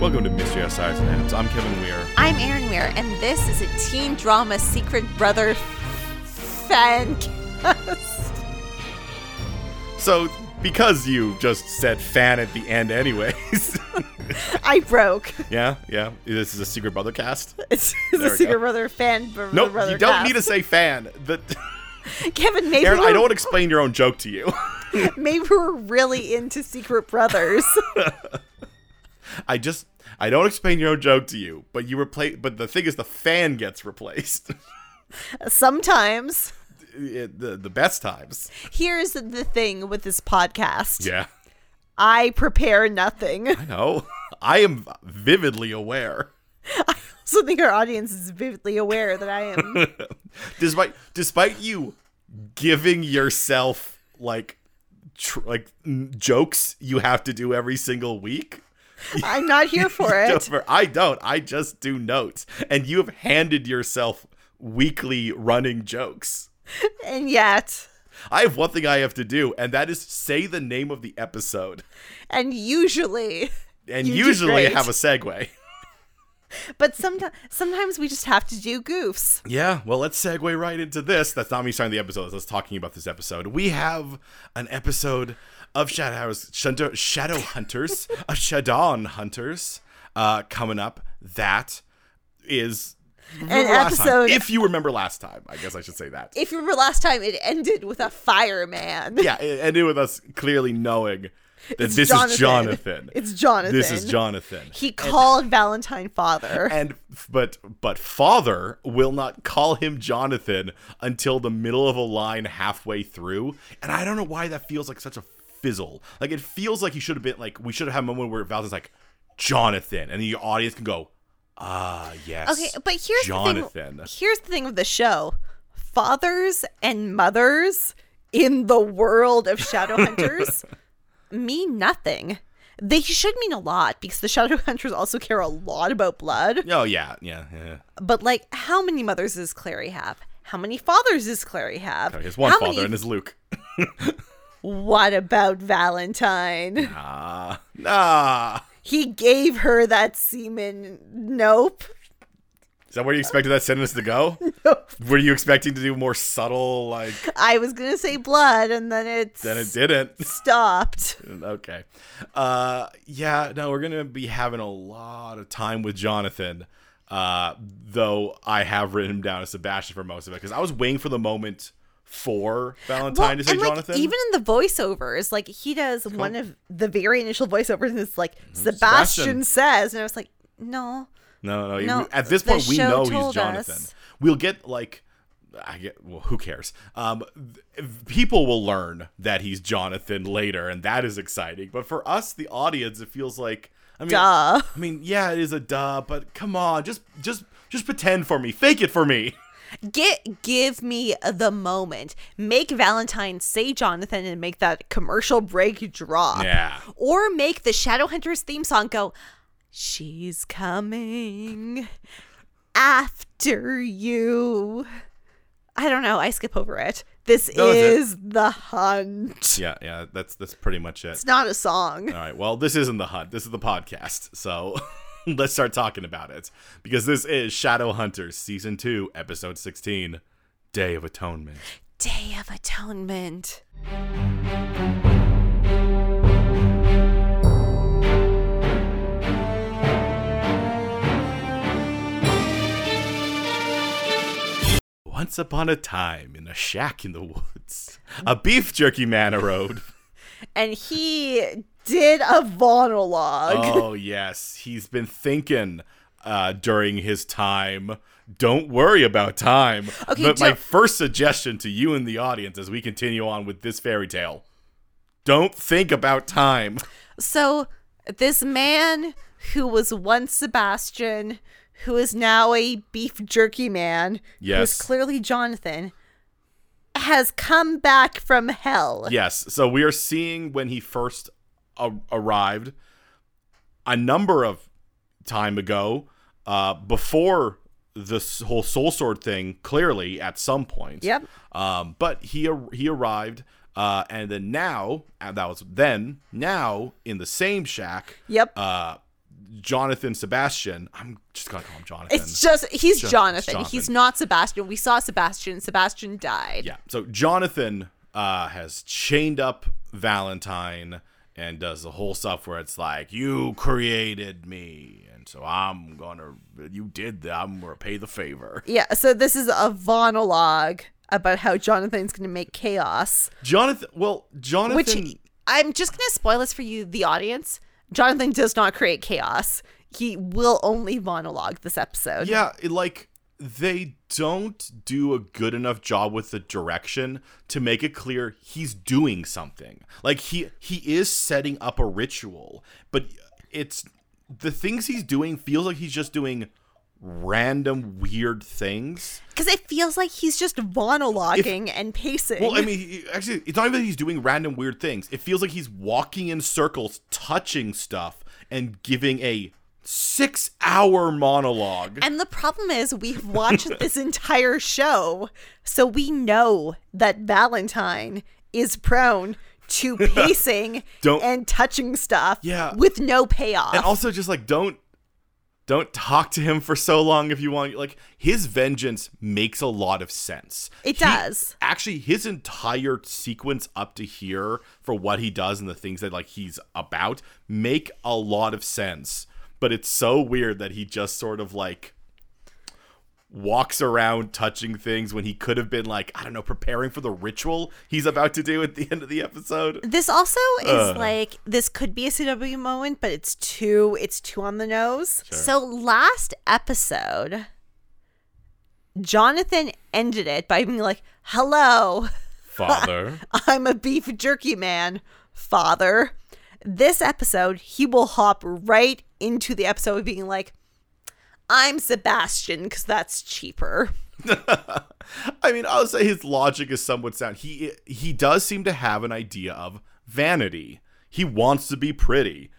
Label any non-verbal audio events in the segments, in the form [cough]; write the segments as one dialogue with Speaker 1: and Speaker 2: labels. Speaker 1: Welcome to Mystery Outside Snaps. I'm Kevin Weir.
Speaker 2: I'm Erin Weir, and this is a teen drama secret brother f- fan cast.
Speaker 1: So, because you just said fan at the end, anyways. [laughs]
Speaker 2: I broke. [laughs]
Speaker 1: yeah, yeah. This is a Secret Brother cast.
Speaker 2: It's, it's
Speaker 1: There
Speaker 2: a
Speaker 1: we
Speaker 2: secret
Speaker 1: go.
Speaker 2: brother fan br-
Speaker 1: Nope,
Speaker 2: brother
Speaker 1: you don't
Speaker 2: cast.
Speaker 1: need to say fan.
Speaker 2: [laughs]
Speaker 1: The,
Speaker 2: Kevin, maybe
Speaker 1: Aaron,
Speaker 2: we're,
Speaker 1: I don't want to explain your own joke to you. [laughs]
Speaker 2: [laughs] maybe we're really into
Speaker 1: [laughs]
Speaker 2: secret brothers.
Speaker 1: I just I don't explain your own joke to you, but you replace. But the thing is, the fan gets replaced. [laughs]
Speaker 2: Sometimes.
Speaker 1: It- the the best times.
Speaker 2: Here's the thing with this podcast.
Speaker 1: Yeah,
Speaker 2: I prepare nothing. [laughs]
Speaker 1: I know. [laughs] I am vividly aware.
Speaker 2: So I think our audience is vividly aware that
Speaker 1: [laughs]
Speaker 2: I am.
Speaker 1: despite despite you giving yourself like tr- like mm, jokes you have to do every single week.
Speaker 2: I'm not
Speaker 1: [laughs]
Speaker 2: here for it.
Speaker 1: Jennifer, I don't. I just do notes, and you have handed yourself weekly running jokes.
Speaker 2: And yet,
Speaker 1: I have one thing I have to do, and that is say the name of the episode,
Speaker 2: and usually,
Speaker 1: and
Speaker 2: You did
Speaker 1: usually
Speaker 2: great.
Speaker 1: have a segue.
Speaker 2: but sometimes sometimes we just have to do goofs.
Speaker 1: Yeah, well, let's segue right into this. That's not me starting the episode. That's us talking about this episode. We have an episode of Shadow House, Shadow, Shadow Hunters, [laughs] of Shadon Hunters, uh, coming up. That is remember last time.
Speaker 2: episode-
Speaker 1: If you remember last time, I guess I should say
Speaker 2: [laughs]
Speaker 1: that.
Speaker 2: If you remember last time, it ended with a fireman.
Speaker 1: yeah, it ended with us clearly knowing that
Speaker 2: It's
Speaker 1: this is Jonathan.
Speaker 2: Jonathan. It's Jonathan.
Speaker 1: This is Jonathan.
Speaker 2: He called Valentine father.
Speaker 1: and but but father will not call him Jonathan until the middle of a line halfway through, and I don't know why that feels like such a fizzle. Like it feels like he should have been like we should have had a moment where Valentine's like Jonathan, and the audience can go, ah yes.
Speaker 2: okay, but here's
Speaker 1: Jonathan.
Speaker 2: the thing. Here's the thing with the show: fathers and mothers in the world of
Speaker 1: [laughs]
Speaker 2: Shadowhunters mean nothing. They should mean a lot because the Shadowhunters also care a lot about blood.
Speaker 1: Oh yeah, yeah, yeah.
Speaker 2: But like, how many mothers does Clary have? How many fathers does Clary have?
Speaker 1: His Oh, one
Speaker 2: How
Speaker 1: father
Speaker 2: many-
Speaker 1: and his Luke.
Speaker 2: What about Valentine?
Speaker 1: Ah, nah.
Speaker 2: He gave her that semen. Nope.
Speaker 1: Is that where you expected that sentence to
Speaker 2: [laughs]
Speaker 1: go? Were you expecting to do more subtle like?
Speaker 2: I was gonna say blood, and then it
Speaker 1: Then it didn't.
Speaker 2: stopped.
Speaker 1: [laughs] okay. Uh yeah, no, we're gonna be having a lot of time with Jonathan. Uh though I have written him down as Sebastian for most of it because I was waiting for the moment for Valentine to say
Speaker 2: and like
Speaker 1: Jonathan.
Speaker 2: even in the voiceovers, like he does one of the very initial voiceovers, and it's like
Speaker 1: Mm-hmm. Sebastian.
Speaker 2: Sebastian, says, and I was like, no,
Speaker 1: no, no, no.
Speaker 2: No,
Speaker 1: we- at this
Speaker 2: the
Speaker 1: point, we
Speaker 2: show
Speaker 1: know he's
Speaker 2: told
Speaker 1: Jonathan.
Speaker 2: us.
Speaker 1: We'll get like, I get. Well, who cares? Um, th- people will learn that he's Jonathan later, and that is exciting. But for us, the audience, it feels like. I mean,
Speaker 2: duh.
Speaker 1: I mean, yeah, it is a duh, but come on, just just just pretend for me, fake it for me.
Speaker 2: Get give me the moment. Make Valentine say Jonathan and make that commercial break drop.
Speaker 1: Yeah.
Speaker 2: Or make the Shadowhunters theme song go, She's coming after you. I don't know. I skip over it. This
Speaker 1: That was it.
Speaker 2: is the hunt.
Speaker 1: Yeah, yeah, that's that's pretty much it.
Speaker 2: It's not a song.
Speaker 1: All right, well, this isn't the hunt. This is the podcast. So [laughs] let's start talking about it because this is Shadow Hunters season two, episode sixteen, Day of Atonement.
Speaker 2: Day of Atonement.
Speaker 1: Once upon a time, in a shack in the woods, a beef jerky man [laughs] arose.
Speaker 2: And he did a monologue.
Speaker 1: Oh yes, he's been thinking uh, during his time. Don't worry about time.
Speaker 2: Okay,
Speaker 1: but my
Speaker 2: don't-
Speaker 1: first suggestion to you in the audience as we continue on with this fairy tale: don't think about time. [laughs]
Speaker 2: So this man who was once Sebastian, who is now a beef jerky man, who
Speaker 1: Yes.
Speaker 2: is clearly Jonathan, has come back from hell.
Speaker 1: Yes. So we are seeing when he first a- arrived a number of time ago, uh, before this whole soul sword thing. Clearly, at some point.
Speaker 2: Yep.
Speaker 1: Um, but he ar- he arrived, uh, and then now and that was then. Now in the same shack,
Speaker 2: Yep.
Speaker 1: uh, Jonathan Sebastian. I'm just gonna call him Jonathan.
Speaker 2: It's just he's
Speaker 1: Jo-
Speaker 2: Jonathan.
Speaker 1: Jonathan.
Speaker 2: He's not Sebastian. We saw Sebastian. Sebastian died.
Speaker 1: yeah. So Jonathan uh, has chained up Valentine and does the whole stuff where it's like, "You created me, and so I'm gonna. You did that. I'm gonna pay the favor."
Speaker 2: Yeah, so this is a monologue about how Jonathan's going to make chaos,
Speaker 1: Jonathan. Well, Jonathan.
Speaker 2: which I'm just going to spoil this for you, the audience. Jonathan does not create chaos. He will only monologue this episode.
Speaker 1: Yeah, it, like they don't do a good enough job with the direction to make it clear he's doing something. Like he he is setting up a ritual, but it's the things he's doing feels like he's just doing random weird things.
Speaker 2: Because it feels like he's just monologuing and pacing.
Speaker 1: Well, I mean, he- actually, it's not even that he's doing random weird things. It feels like he's walking in circles, touching stuff, and giving a six-hour monologue.
Speaker 2: and the problem is,
Speaker 1: [laughs]
Speaker 2: we've watched this entire show, so we know that Valentine is prone
Speaker 1: [laughs]
Speaker 2: to pacing
Speaker 1: Don't-
Speaker 2: and touching stuff
Speaker 1: Yeah.
Speaker 2: with no payoff.
Speaker 1: and also just like don't don't talk to him for so long if you want like his vengeance makes a lot of sense
Speaker 2: It
Speaker 1: He-
Speaker 2: does.
Speaker 1: actually his entire sequence up to here for what he does and the things that like he's about make a lot of sense but it's so weird that he just sort of like walks around touching things when he could have been like i don't know preparing for the ritual he's about to do at the end of the
Speaker 2: [laughs]
Speaker 1: episode
Speaker 2: This also is like this could be a CW moment, but it's too it's too on the nose. So last episode, Jonathan ended it by being like, "Hello,
Speaker 1: father
Speaker 2: I'm a beef jerky man, father." This episode, he will hop right into the episode of being like, "I'm Sebastian because that's cheaper."
Speaker 1: I mean, I'll say his logic is somewhat sound. He he does seem to have an idea of vanity. He wants to be pretty,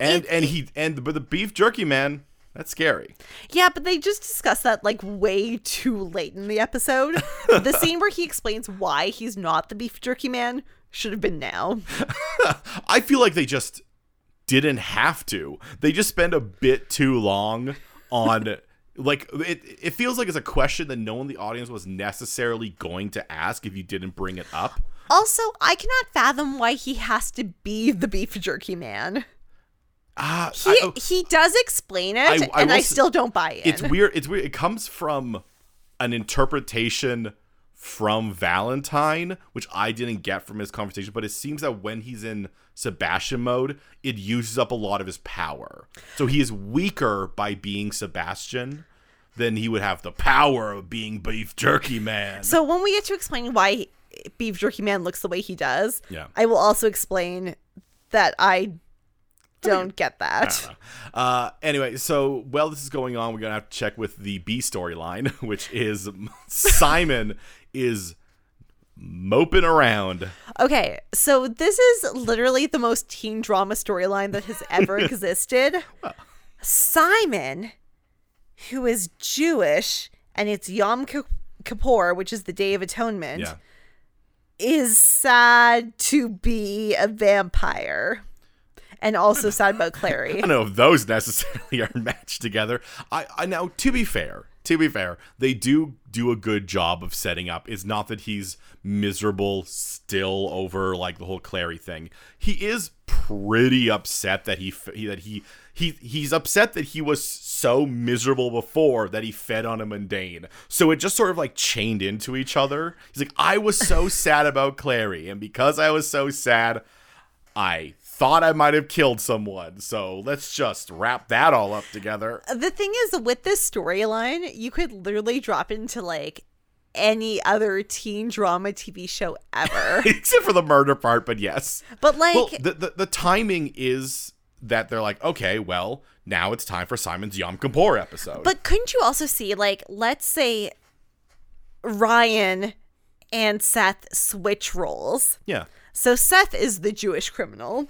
Speaker 1: and and he and but the beef jerky man. That's scary.
Speaker 2: Yeah, but they just discussed that like way too late in the episode.
Speaker 1: [laughs]
Speaker 2: the scene where he explains why he's not the beef jerky man should have been now.
Speaker 1: I feel like they just didn't have to. They just spend a bit too long on [laughs] like it it feels like it's a question that no one in the audience was necessarily going to ask if you didn't bring it up.
Speaker 2: Also, I cannot fathom why he has to be the beef jerky man.
Speaker 1: Ah,
Speaker 2: He
Speaker 1: I- oh.
Speaker 2: he does explain it,
Speaker 1: I- I
Speaker 2: and
Speaker 1: will
Speaker 2: I
Speaker 1: s-
Speaker 2: still don't buy it.
Speaker 1: it's weird it's weird it comes from an interpretation from valentine which i didn't get from his conversation but it seems that when he's in sebastian mode it uses up a lot of his power so he is weaker by being sebastian than he would have the power of being beef jerky man
Speaker 2: So when we get to explain why beef jerky man looks the way he does,
Speaker 1: Yeah.
Speaker 2: I will also explain that I don't get that.
Speaker 1: Uh, anyway, so while this is going on, we're gonna have to check with the B storyline, [laughs] which is Simon is moping around.
Speaker 2: Okay, so this is literally the most teen drama storyline that has
Speaker 1: [laughs]
Speaker 2: ever existed. Simon, who is Jewish, and it's Yom Ki- Kippur, which is the Day of Atonement,
Speaker 1: Yeah.
Speaker 2: is sad to be a vampire and also sad
Speaker 1: [laughs]
Speaker 2: about Clary.
Speaker 1: I don't know if those necessarily [laughs] are matched together. I, I now to be fair, to be fair, they do do a good job of setting up. It's not that he's miserable still over like the whole Clary thing. He is pretty upset that he, f- he that he he he's upset that he was so miserable before that he fed on a mundane. So it just sort of like chained into each other. He's like, I was so [laughs] sad about Clary, and because I was so sad, I thought I might have killed someone, so let's just wrap that all up together. [laughs]
Speaker 2: The thing is, with this storyline, you could literally drop into like any other teen drama TV show ever.
Speaker 1: [laughs] Except for the murder part, but yes.
Speaker 2: but like.
Speaker 1: Well, the, the, the timing is that they're like, okay, well, now it's time for Simon's Yom Kippur episode.
Speaker 2: But couldn't you also see, like, let's say Ryan and Seth switch roles?
Speaker 1: yeah.
Speaker 2: So Seth is the Jewish criminal,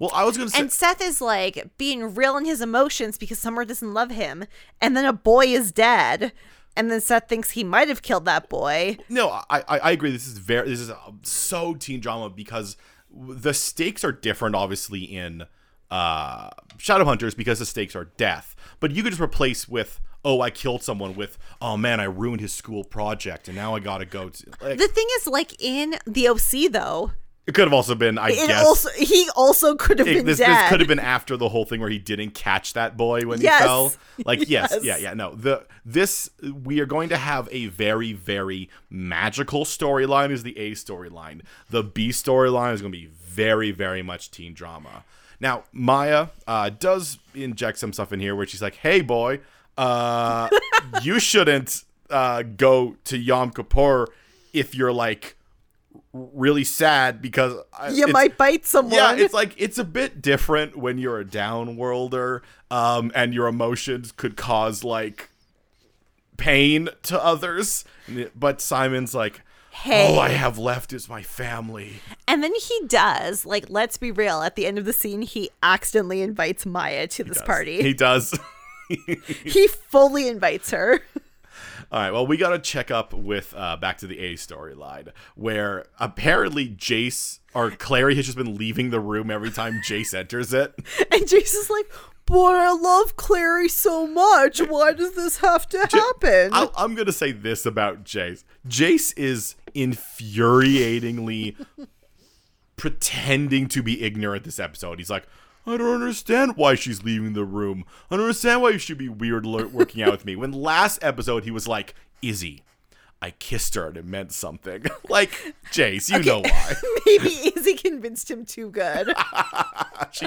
Speaker 1: Well, I was going to say,
Speaker 2: and Seth is like being real in his emotions because Summer doesn't love him, and then a boy is dead, and then Seth thinks he might have killed that boy.
Speaker 1: no, I, I I agree. This is very this is uh, so teen drama because the stakes are different, obviously in. uh, Shadowhunters because the stakes are death. But you could just replace with, oh, I killed someone with, oh man, I ruined his school project and now I gotta go to. Like,
Speaker 2: The thing is, like in the OC though,
Speaker 1: it could have also been, I
Speaker 2: it
Speaker 1: guess.
Speaker 2: also he also could have
Speaker 1: it-
Speaker 2: been
Speaker 1: this,
Speaker 2: dead.
Speaker 1: this could have been after the whole thing where he didn't catch that boy when
Speaker 2: Yes.
Speaker 1: he fell.
Speaker 2: [laughs]
Speaker 1: Like yes,
Speaker 2: Yes.
Speaker 1: yeah, yeah. No, the this we are going to have a very very magical storyline is the A storyline. The B storyline is going to be very very much teen drama. Now Maya uh, does inject some stuff in here where she's like, "Hey boy, uh,
Speaker 2: [laughs]
Speaker 1: you shouldn't uh, go to Yom Kippur if you're like." really sad because I,
Speaker 2: you
Speaker 1: it's-
Speaker 2: might bite someone.
Speaker 1: yeah, it's like it's a bit different when you're a downworlder, um, and your emotions could cause like pain to others. But Simon's like,
Speaker 2: Hey.
Speaker 1: all oh, I have left is my family.
Speaker 2: And then he does. Like, let's be real. At the end of the scene, he accidentally invites Maya to this party.
Speaker 1: He does. [laughs]
Speaker 2: He, fully invites her. [laughs]
Speaker 1: All right. Well, we got to check up with uh, back to the A storyline where apparently Jace or Clary has just been leaving the room every time Jace enters it.
Speaker 2: And Jesus is like, But I love Clary so much. Why does this have to happen?
Speaker 1: I'll, I'm going to say this about Jace. Jace is infuriatingly pretending to be ignorant this episode. He's like, I don't understand why she's leaving the room. I don't understand why you should be weird lo- working out with me. When last episode, he was like, Izzy, I kissed her and it meant something. [laughs] like, Jace, you know why.
Speaker 2: [laughs]
Speaker 1: [laughs]
Speaker 2: Maybe Izzy convinced him too good.
Speaker 1: she,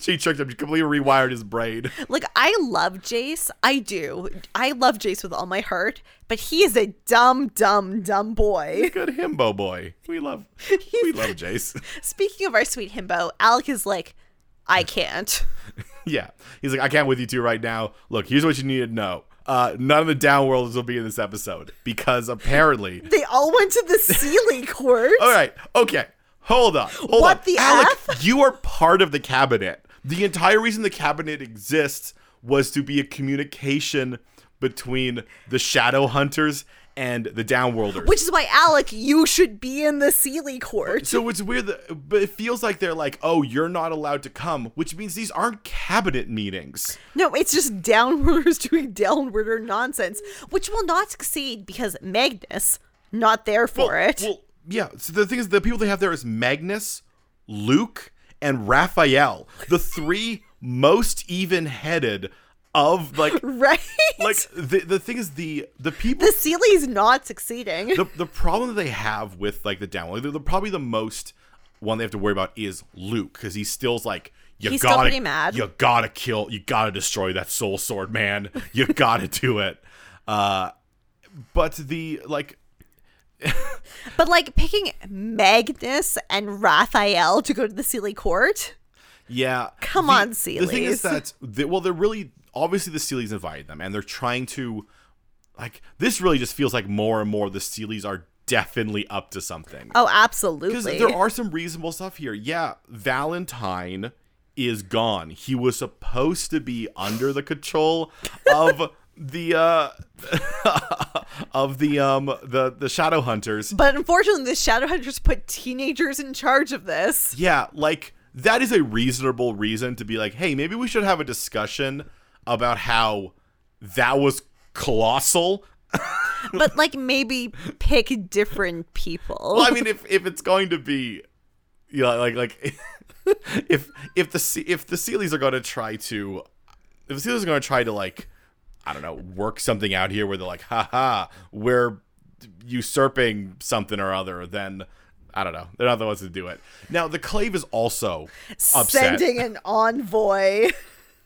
Speaker 1: she tricked him. She completely rewired his brain. [laughs]
Speaker 2: like, I love Jace. I do. I love Jace with all my heart. But he is a dumb, dumb,
Speaker 1: [laughs]
Speaker 2: dumb boy.
Speaker 1: Good himbo boy. We love, we love Jace.
Speaker 2: Speaking of our sweet himbo, Alec is like, I can't.
Speaker 1: Yeah. He's like, I can't with you two right now. Look, here's what you need to know. Uh, none of the downworlders will be in this episode because apparently. [laughs]
Speaker 2: They all went to the Sealy [laughs] court.
Speaker 1: All right. Okay. Hold on. Hold
Speaker 2: What
Speaker 1: on.
Speaker 2: the
Speaker 1: Alec,
Speaker 2: [laughs]
Speaker 1: you are part of the cabinet. The entire reason the cabinet exists was to be a communication between the shadow hunters and the downworlders.
Speaker 2: Which is why, Alec, you should be in the Sealy court.
Speaker 1: so it's weird, that, but it feels like they're like, "Oh, you're not allowed to come," which means these aren't cabinet meetings.
Speaker 2: No, it's just downwarders [laughs] doing downwarder nonsense, which will not succeed because Magnus not there for
Speaker 1: Well-
Speaker 2: it.
Speaker 1: Well, yeah. So the thing is, the people they have there is Magnus, Luke, and Raphael, the three most even-headed of like
Speaker 2: [laughs] right?
Speaker 1: like the the thing is the the people
Speaker 2: the Sealy's not succeeding.
Speaker 1: the the problem that they have with like the download, the, the probably the most one they have to worry about is Luke because he still's like you
Speaker 2: He's still
Speaker 1: gotta
Speaker 2: pretty mad.
Speaker 1: you gotta kill you gotta destroy that soul sword man you gotta do
Speaker 2: [laughs]
Speaker 1: it, uh, but the like
Speaker 2: but like picking Magnus and Raphael to go to the Sealy court,
Speaker 1: Yeah.
Speaker 2: Come
Speaker 1: the-
Speaker 2: on,
Speaker 1: The thing
Speaker 2: Seelies.
Speaker 1: is that, they, well, they're really, obviously the Seelies invited them, and they're trying to, like, this really just feels like more and more the Seelies are definitely up to something.
Speaker 2: oh,
Speaker 1: Because
Speaker 2: absolutely.
Speaker 1: there are some reasonable stuff here. Yeah, Valentine is gone. He was supposed to be under the control of the, uh, [laughs] of the, um, the, the Shadow Hunters.
Speaker 2: but unfortunately, the Shadowhunters put teenagers in charge
Speaker 1: [laughs]
Speaker 2: of this.
Speaker 1: Yeah, like that is a reasonable reason to be like, hey, maybe we should have a discussion about how that was colossal.
Speaker 2: But like maybe pick different people.
Speaker 1: Well, I mean, if if it's going to be, you know, like like [laughs] if if the Se- if the Sealies are going to try to if the Sealies are going to try to like I don't know work something out here where they're like, haha, we're usurping something or other, then. I don't know. They're not the ones to do it. Now, the Clave is also upset.
Speaker 2: sending an envoy.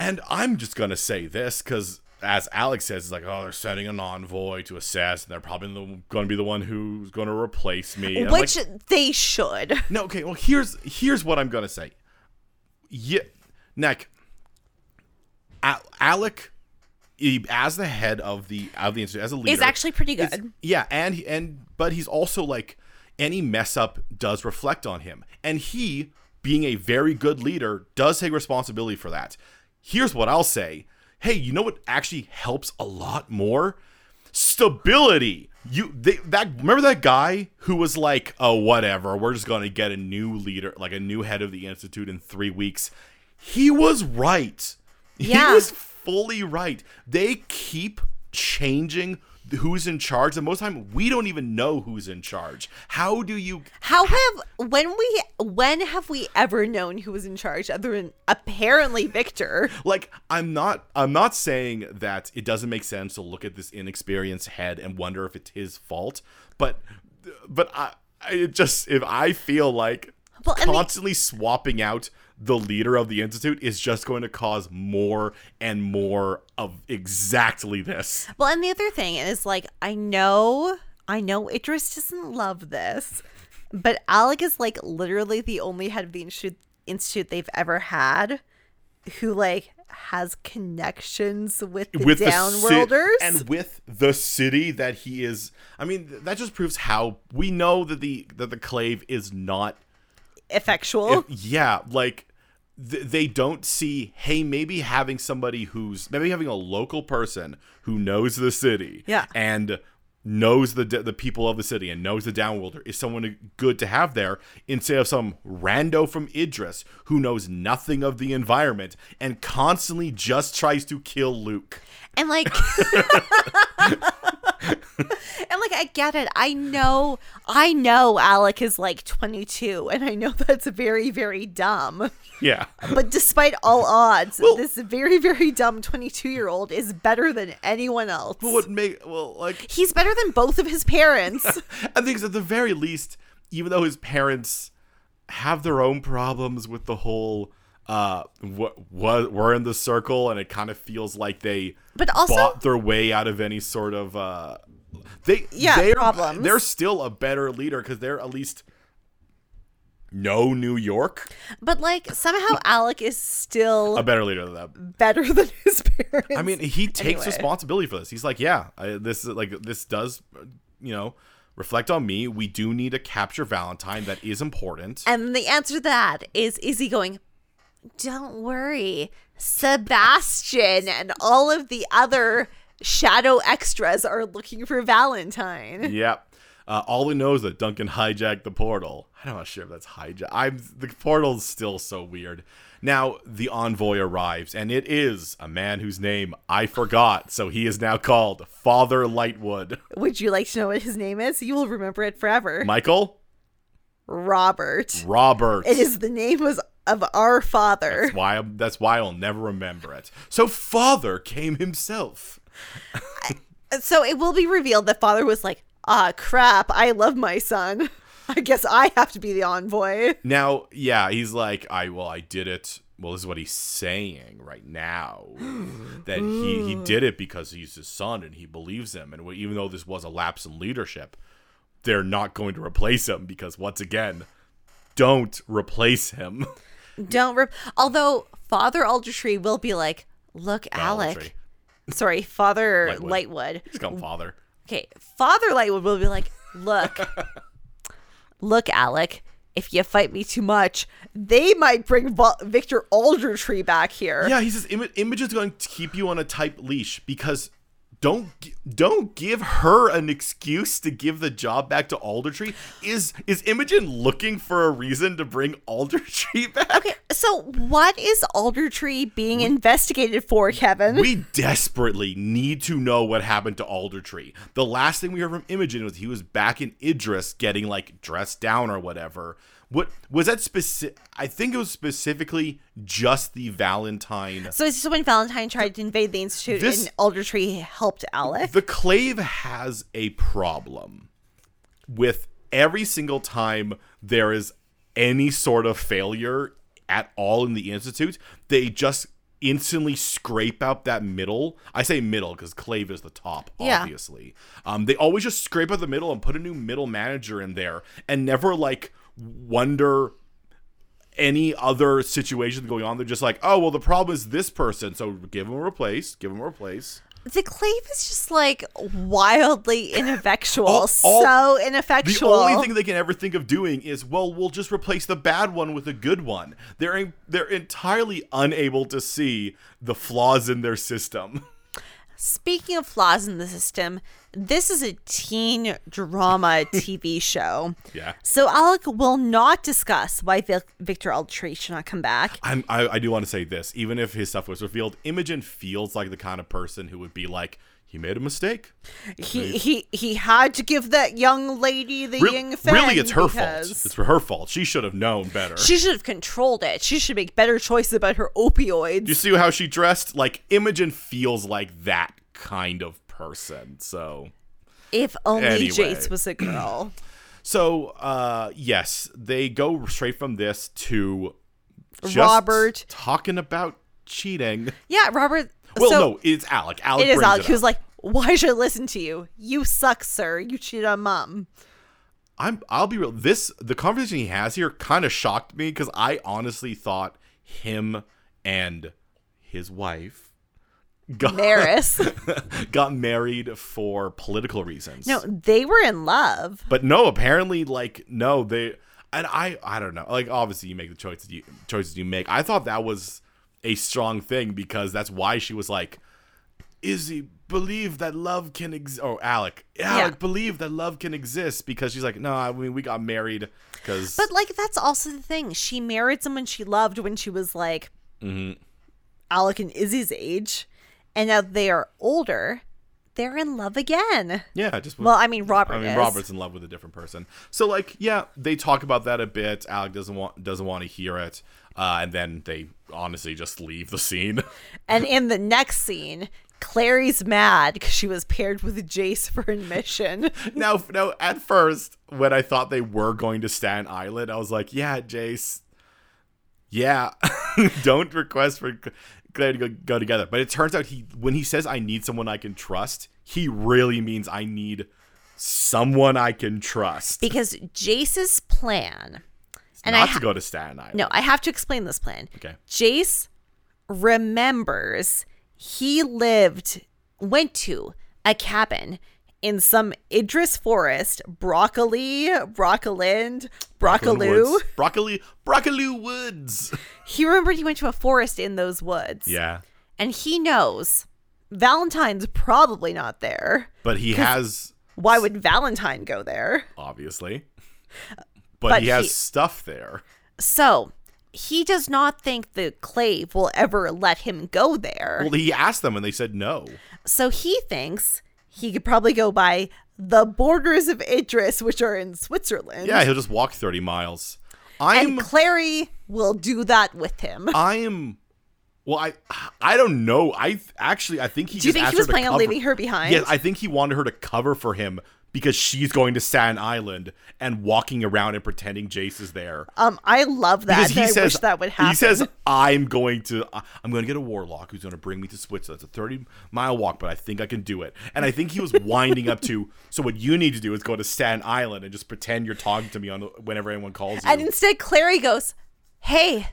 Speaker 1: And I'm just gonna say this because, as Alex says, it's like, oh, they're sending an envoy to assess, and they're probably the, gonna be the one who's gonna replace me. And I'm like,
Speaker 2: Which they should.
Speaker 1: no, okay. Well, here's here's what I'm gonna say. Yeah, Nick. A- Alec, he- as the head of the of the institute, as a leader,
Speaker 2: Is actually pretty good.
Speaker 1: yeah, and he- and but he's also like any mess up does reflect on him, and he, being a very good leader, does take responsibility for that. Here's what I'll say: Hey, you know what actually helps a lot more? Stability. You they, that remember that guy who was like, "Oh, whatever, we're just gonna get a new leader, like a new head of the institute in three weeks." He was right.
Speaker 2: Yeah.
Speaker 1: He was fully right. They keep changing who's in charge. And most of the time, we don't even know who's in charge. How do you
Speaker 2: How have when we when have we ever known who was in charge other than apparently Victor?
Speaker 1: like i'm not i'm not saying that it doesn't make sense to look at this inexperienced head and wonder if it's his fault but but i, I it just if i feel like
Speaker 2: Well, and they-
Speaker 1: constantly swapping out the leader of the institute is just going to cause more and more of exactly this
Speaker 2: Well, and the other thing is like I know I know Idris doesn't love this, but Alec is like literally the only head of the institute institute they've ever had who like has connections with the
Speaker 1: with
Speaker 2: downworlders.
Speaker 1: the ci- and with the city that he is i mean th- that just proves how we know that the that the clave is not
Speaker 2: effectual.
Speaker 1: yeah like th- they don't see hey maybe having somebody who's maybe having a local person who knows the city
Speaker 2: Yeah.
Speaker 1: and knows the the people of the city and knows the downworlder is someone good to have there instead of some rando from Idris who knows nothing of the environment and constantly just tries to kill Luke. [laughs]
Speaker 2: And like And like I get it. I know I know Alec is like 22 and I know that's very very dumb.
Speaker 1: Yeah.
Speaker 2: But despite all odds,
Speaker 1: Well-
Speaker 2: this very very dumb 22-year-old is better than anyone else.
Speaker 1: What make well like
Speaker 2: He's better than both of
Speaker 1: [laughs]
Speaker 2: his parents.
Speaker 1: I think at the very least, even though his parents have their own problems with the whole uh what what we're in the circle and it kind of feels like they
Speaker 2: But also-
Speaker 1: bought their way out of any sort of uh they
Speaker 2: Yeah,
Speaker 1: they're,
Speaker 2: problems.
Speaker 1: they're still a better leader because they're at least no New York
Speaker 2: but like somehow Alec is
Speaker 1: a
Speaker 2: still
Speaker 1: better leader than them.
Speaker 2: better than his parents.
Speaker 1: I mean,
Speaker 2: [laughs]
Speaker 1: he takes
Speaker 2: Anyway.
Speaker 1: responsibility for this. He's like, yeah, I, this is like this does, you know, reflect on me. We do need to capture Valentine. That is important.
Speaker 2: and the answer to that is Izzy going, "Don't worry. Sebastian and all of the other shadow extras are looking for Valentine."
Speaker 1: Yep. Uh, all we know is that Duncan hijacked the portal. I'm not sure if that's hijack. I'm the portal's still so weird. Now the envoy arrives, and it is a man whose name I forgot. So he is now called Father
Speaker 2: [laughs]
Speaker 1: Lightwood.
Speaker 2: Would you like to know what his name is? You will remember it forever.
Speaker 1: Michael
Speaker 2: Robert.
Speaker 1: Roberts.
Speaker 2: It is the name was of our father.
Speaker 1: That's why. I'm, that's why I'll never remember it. So Father came himself.
Speaker 2: So it will be revealed that father was like, ah, crap, I love my son. [laughs] I guess I have to be the envoy.
Speaker 1: Now, yeah, he's like, I well, I did it. Well, this is what he's saying right now. that he, he did it because he's his son and he believes him. And even though this was a lapse in leadership, they're not going to replace him because, once again, don't replace him.
Speaker 2: Don't rip. Although Father Aldertree will be like, look, Alec.
Speaker 1: Aldertree.
Speaker 2: Sorry, Father
Speaker 1: Lightwood.
Speaker 2: Lightwood.
Speaker 1: He's called father.
Speaker 2: Okay, Father Lightwood will be like,
Speaker 1: [laughs]
Speaker 2: look, look, Alec. If you fight me too much, they might bring Va- Victor Aldertree back here.
Speaker 1: Yeah, he says Im- Image is going to keep you on a tight leash because don't gi- don't give her an excuse to give the job back to Aldertree. Is is Imogen looking for a reason to bring Aldertree [laughs] back?
Speaker 2: Okay, so what is Aldertree being investigated for, Kevin?
Speaker 1: We desperately need to know what happened to Aldertree. The last thing we heard from Imogen was he was back in Idris getting like dressed down or whatever. What was that specific? I think it was specifically just the Valentine.
Speaker 2: So is this when Valentine tried to invade the Institute
Speaker 1: This-
Speaker 2: and Aldertree helped Alec?
Speaker 1: The Clave has a problem with every single time there is any sort of failure at all in the Institute, they just instantly scrape out that middle. I say middle because Clave is the top,
Speaker 2: Yeah.
Speaker 1: obviously. Um, they always just scrape out the middle and put a new middle manager in there and never like wonder any other situation going on. They're just like, oh, well, the problem is this person. So give him a replace, give him a replace.
Speaker 2: the Clave is just like wildly ineffectual.
Speaker 1: [laughs] All- all-
Speaker 2: so
Speaker 1: The
Speaker 2: ineffectual.
Speaker 1: only thing they can ever think of doing is, well, we'll just replace the bad one with a good one. They're they're entirely unable to see the flaws in their system. [laughs]
Speaker 2: Speaking of flaws in the system, this is a teen
Speaker 1: [laughs]
Speaker 2: drama TV show.
Speaker 1: Yeah.
Speaker 2: So Alec will not discuss why Vic- Victor Altree should not come back.
Speaker 1: I'm, I, I do want to say this. Even if his stuff was revealed, Imogen feels like the kind of person who would be like, he made a mistake.
Speaker 2: He he he had to give that young lady the
Speaker 1: Re-
Speaker 2: Ying Fen.
Speaker 1: really, it's her fault.
Speaker 2: because
Speaker 1: It's her fault. She should have known better.
Speaker 2: She should have controlled it. She should make better choices about her
Speaker 1: you
Speaker 2: opioids.
Speaker 1: see how she dressed? Like, Imogen feels like that kind of person. So.
Speaker 2: If only
Speaker 1: Anyway.
Speaker 2: Jace
Speaker 1: [clears throat]
Speaker 2: was a girl.
Speaker 1: So, uh, yes, they go straight from this to just
Speaker 2: Robert.
Speaker 1: talking about cheating.
Speaker 2: yeah, Robert.
Speaker 1: Well,
Speaker 2: so
Speaker 1: no, it's Alec. Alec
Speaker 2: it is
Speaker 1: brings
Speaker 2: Alec
Speaker 1: it up.
Speaker 2: who's like, "Why should I listen to you? You suck, sir. You cheated on mom."
Speaker 1: I'm. I'll be real. This the conversation he has here kind of shocked me because I honestly thought him and his wife got [laughs]
Speaker 2: Maris.
Speaker 1: got married for political reasons.
Speaker 2: no, they were in love.
Speaker 1: But no, apparently, like no, they and I, I don't know. Like obviously, you make the choices you choices you make. I thought that was a strong thing because that's why she was like, Izzy believe that love can exist. Oh, Alec, Alec
Speaker 2: Yeah.
Speaker 1: believe that love can exist because she's like, no, I mean we got married because
Speaker 2: But like that's also the thing. She married someone she loved when she was like
Speaker 1: Mm-hmm.
Speaker 2: Alec and Izzy's age, and now they are older. They're in love again.
Speaker 1: yeah, just
Speaker 2: Well, I mean Robert.
Speaker 1: I mean,
Speaker 2: is.
Speaker 1: Robert's in love with a different person. So like, yeah, they talk about that a bit. Alec doesn't want doesn't want to hear it, uh, and then they honestly just leave the scene. [laughs]
Speaker 2: And in the next scene, Clary's mad because she was paired with Jace
Speaker 1: [laughs]
Speaker 2: for admission.
Speaker 1: now, now, at first, when I thought they were going to Staten Island, I was like, yeah, Jace, yeah, [laughs] don't request for Claire to go, go together. But it turns out he, when he says, I need someone I can trust, he really means I need someone I can trust.
Speaker 2: Because Jace's plan, and I
Speaker 1: not
Speaker 2: ha-
Speaker 1: to go to Staten Island.
Speaker 2: no, I have to explain this plan.
Speaker 1: Okay.
Speaker 2: Jace remembers he lived, went to a cabin in some Idris forest, broccoli, broccolind, brockaloo.
Speaker 1: Woods. Broccoli. Broccoli
Speaker 2: [laughs]
Speaker 1: Woods.
Speaker 2: He remembered he went to a forest in those woods.
Speaker 1: Yeah.
Speaker 2: And he knows Valentine's probably not there.
Speaker 1: But he has,
Speaker 2: Why would Valentine go there?
Speaker 1: obviously. But,
Speaker 2: Uh, But
Speaker 1: he has
Speaker 2: he-
Speaker 1: stuff there.
Speaker 2: So he does not think the clave will ever let him go there.
Speaker 1: Well, he asked them and they said no.
Speaker 2: So he thinks he could probably go by the borders of Idris, which are in Switzerland.
Speaker 1: Yeah, he'll just walk 30 miles. I'm
Speaker 2: And Clary will do that with him.
Speaker 1: I'm well I I don't know. I th- actually I think he
Speaker 2: do
Speaker 1: just
Speaker 2: you think
Speaker 1: asked
Speaker 2: he
Speaker 1: her
Speaker 2: was
Speaker 1: to
Speaker 2: planning on
Speaker 1: cover-
Speaker 2: leaving her behind?
Speaker 1: Yes, I think he wanted her to cover for him because she's going to Staten Island and walking around and pretending Jace is there.
Speaker 2: um, I love that.
Speaker 1: Because
Speaker 2: and
Speaker 1: he
Speaker 2: I
Speaker 1: says
Speaker 2: wish that would happen.
Speaker 1: He says I'm going to I- I'm going to get a warlock who's going to bring me to Switzerland. It's a 30 mile walk, but I think I can do it. And I think he was winding up
Speaker 2: [laughs]
Speaker 1: to so what you need to do is go to Staten Island and just pretend you're talking to me on the, whenever anyone calls you.
Speaker 2: and instead, Clary goes, Hey,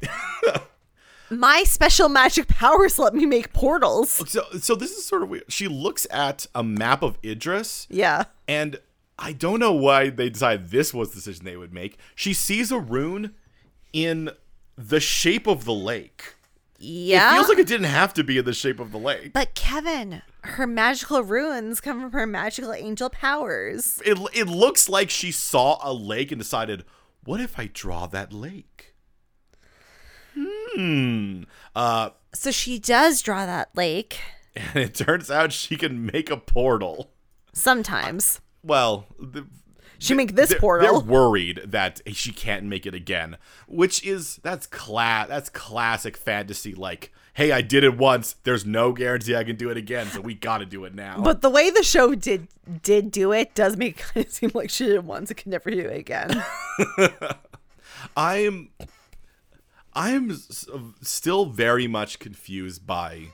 Speaker 1: [laughs]
Speaker 2: my special magic powers let me make portals.
Speaker 1: so so this is sort of weird. She looks at a map of Idris
Speaker 2: Yeah.
Speaker 1: And I don't know why they decided this was the decision they would make. She sees a rune in the shape of the lake.
Speaker 2: Yeah.
Speaker 1: Feels like it didn't have to be in the shape of the lake.
Speaker 2: but Kevin, her magical runes come from her magical angel powers.
Speaker 1: It, it looks like she saw a lake and decided, what if I draw that lake? Hmm. Uh, [laughs]
Speaker 2: So she does draw that lake
Speaker 1: and it turns out she can make a portal.
Speaker 2: sometimes.
Speaker 1: Well, the,
Speaker 2: She make this
Speaker 1: they're,
Speaker 2: portal.
Speaker 1: They're worried that she can't make it again, which is that's class that's classic fantasy. Like, hey, I did it once. There's no guarantee I can do it again, so we got to do it now.
Speaker 2: But the way the show did did do it does make [laughs] it kind of seem like she did it once and could never do
Speaker 1: [laughs]
Speaker 2: it again.
Speaker 1: I'm I'm s- still very much confused by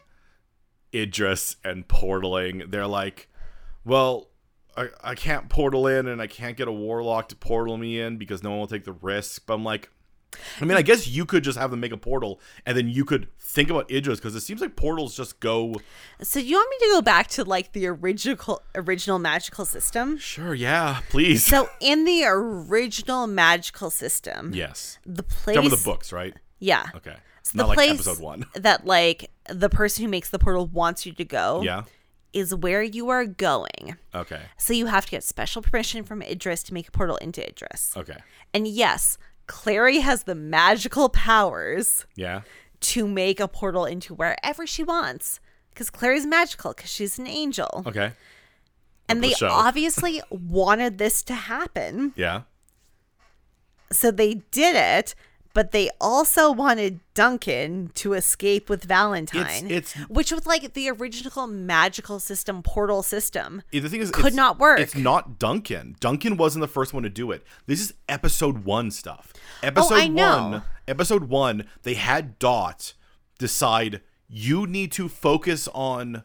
Speaker 1: Idris and portaling. They're like, well, I, I can't portal in and I can't get a warlock to portal me in because no one will take the risk. But I'm like, I mean, I guess you could just have them make a portal and then you could think about Idris because it seems like portals just go,
Speaker 2: so you want me to go back to like the original original magical system?
Speaker 1: sure, yeah, please.
Speaker 2: So in the original magical system,
Speaker 1: yes.
Speaker 2: the place
Speaker 1: Some of the books, right?
Speaker 2: Yeah.
Speaker 1: Okay.
Speaker 2: So [laughs]
Speaker 1: Not like episode one.
Speaker 2: that like the person who makes the portal wants you to go
Speaker 1: [laughs] Yeah.
Speaker 2: is where you are going.
Speaker 1: Okay.
Speaker 2: So you have to get special permission from Idris to make a portal into Idris.
Speaker 1: Okay.
Speaker 2: And yes, Clary has the magical powers
Speaker 1: Yeah.
Speaker 2: to make a portal into wherever she wants. Because Clary's magical, because she's an angel.
Speaker 1: Okay.
Speaker 2: and they
Speaker 1: so.
Speaker 2: obviously wanted this to happen.
Speaker 1: Yeah.
Speaker 2: So they did it, but they also wanted Duncan to escape with Valentine.
Speaker 1: It's- it's-
Speaker 2: which was like the original magical system, portal system.
Speaker 1: Yeah, The thing is,
Speaker 2: Could
Speaker 1: it's-
Speaker 2: not work.
Speaker 1: It's not Duncan. Duncan wasn't the first one to do it. This is episode one stuff. Episode
Speaker 2: Oh, I know.
Speaker 1: one. Episode one. They had Dot decide you need to focus on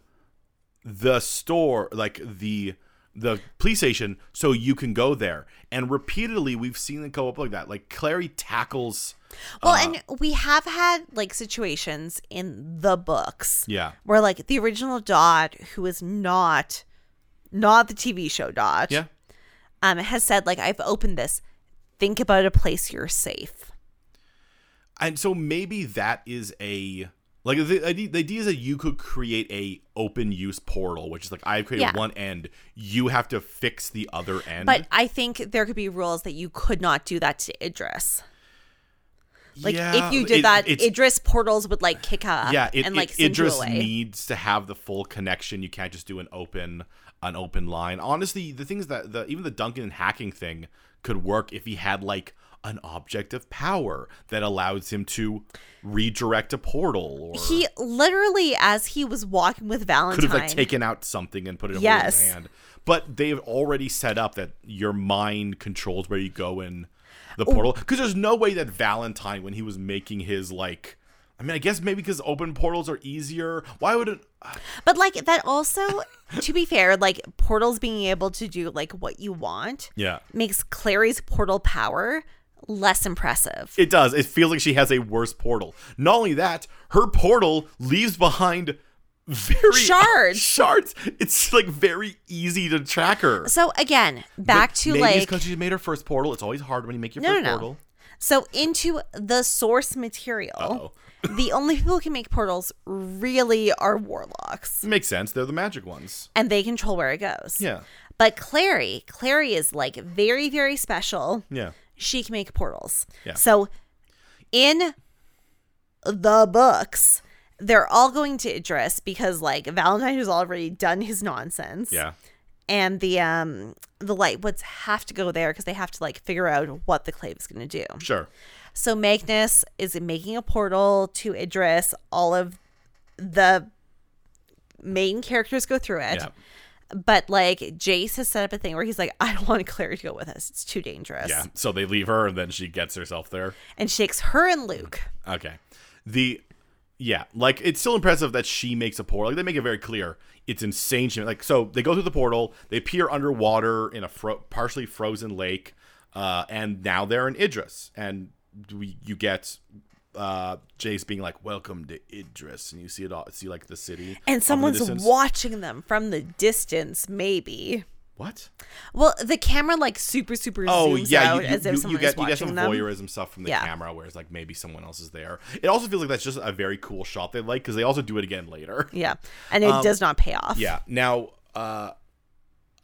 Speaker 1: the store, like the the police station, so you can go there. And repeatedly, we've seen it go up like that. Like Clary tackles.
Speaker 2: Well,
Speaker 1: Uh-huh.
Speaker 2: and we have had like situations in the books
Speaker 1: Yeah.
Speaker 2: where like the original Dot, who is not not the TV show Dot,
Speaker 1: Yeah.
Speaker 2: um, has said like I've opened this. Think about a place you're safe.
Speaker 1: and so maybe that is a like the idea, the idea is that you could create a open use portal which is like i've created
Speaker 2: Yeah.
Speaker 1: one end you have to fix the other end
Speaker 2: But I think there could be rules that you could not do that to Idris. Like
Speaker 1: Yeah,
Speaker 2: if you did
Speaker 1: it-
Speaker 2: that,
Speaker 1: it's,
Speaker 2: Idris portals would like kick up.
Speaker 1: yeah it,
Speaker 2: and
Speaker 1: it-
Speaker 2: like send you
Speaker 1: idris
Speaker 2: away.
Speaker 1: needs to have the full connection you can't just do an open an open line honestly the things that the even the duncan hacking thing could work if he had like an object of power that allows him to redirect a portal or
Speaker 2: he literally, as he was walking with Valentine,
Speaker 1: could have like taken out something and put it in
Speaker 2: Yes.
Speaker 1: his hand. But they've already set up that your mind controls where you go in the portal. Because there's no way that Valentine, when he was making his like, I mean, I guess maybe because open portals are easier. Why would it?
Speaker 2: but like that also, to be fair, like portals being able to do like what you want
Speaker 1: Yeah,
Speaker 2: makes Clary's portal power less impressive.
Speaker 1: it does. It feels like she has a worse portal. Not only that, her portal leaves behind very
Speaker 2: [laughs]
Speaker 1: [laughs]
Speaker 2: Shards.
Speaker 1: shards. It's like very easy to track her.
Speaker 2: so again, back to
Speaker 1: maybe
Speaker 2: like
Speaker 1: because she made her first portal. It's always hard when you make your
Speaker 2: No,
Speaker 1: first
Speaker 2: no, no.
Speaker 1: portal.
Speaker 2: So into the source
Speaker 1: [laughs]
Speaker 2: material, the only people who can make portals really are warlocks,
Speaker 1: Makes sense. They're the magic ones.
Speaker 2: and they control where it goes.
Speaker 1: Yeah.
Speaker 2: But Clary, Clary is like very, very special.
Speaker 1: Yeah.
Speaker 2: She can make portals.
Speaker 1: Yeah.
Speaker 2: So in the books, they're all going to Idris because like Valentine has already done his nonsense.
Speaker 1: Yeah.
Speaker 2: And the um the Lightwoods have to go there because they have to like figure out what the clave is going to do.
Speaker 1: Sure.
Speaker 2: So Magnus is making a portal to Idris. All of the main characters go through it.
Speaker 1: Yeah.
Speaker 2: But like Jace has set up a thing where he's like, I don't want Claire to go with us. It's too dangerous.
Speaker 1: Yeah. So they leave her and then she gets herself there.
Speaker 2: And shakes her and Luke.
Speaker 1: Okay. The yeah, like it's still impressive that she makes a portal. Like they make it very clear. It's insane. She, like so they go through the portal, they appear underwater in a fro- partially frozen lake, uh, and now they're in Idris. And we you get uh Jace being like, "Welcome to Idris," and you see it all. See like the city off in
Speaker 2: And
Speaker 1: the
Speaker 2: someone's
Speaker 1: distance.
Speaker 2: watching them from the distance, maybe.
Speaker 1: what?
Speaker 2: Well, the camera like super, super
Speaker 1: Oh
Speaker 2: zooms
Speaker 1: yeah, you,
Speaker 2: out
Speaker 1: you,
Speaker 2: as if
Speaker 1: you- you
Speaker 2: someone is
Speaker 1: get you
Speaker 2: watching
Speaker 1: get some
Speaker 2: them.
Speaker 1: voyeurism stuff from the
Speaker 2: Yeah.
Speaker 1: camera, where it's like maybe someone else is there. It also feels like that's just a very cool shot they like because they also do it again later.
Speaker 2: Yeah. And it does not pay
Speaker 1: Um,
Speaker 2: off.
Speaker 1: Yeah. Now, uh,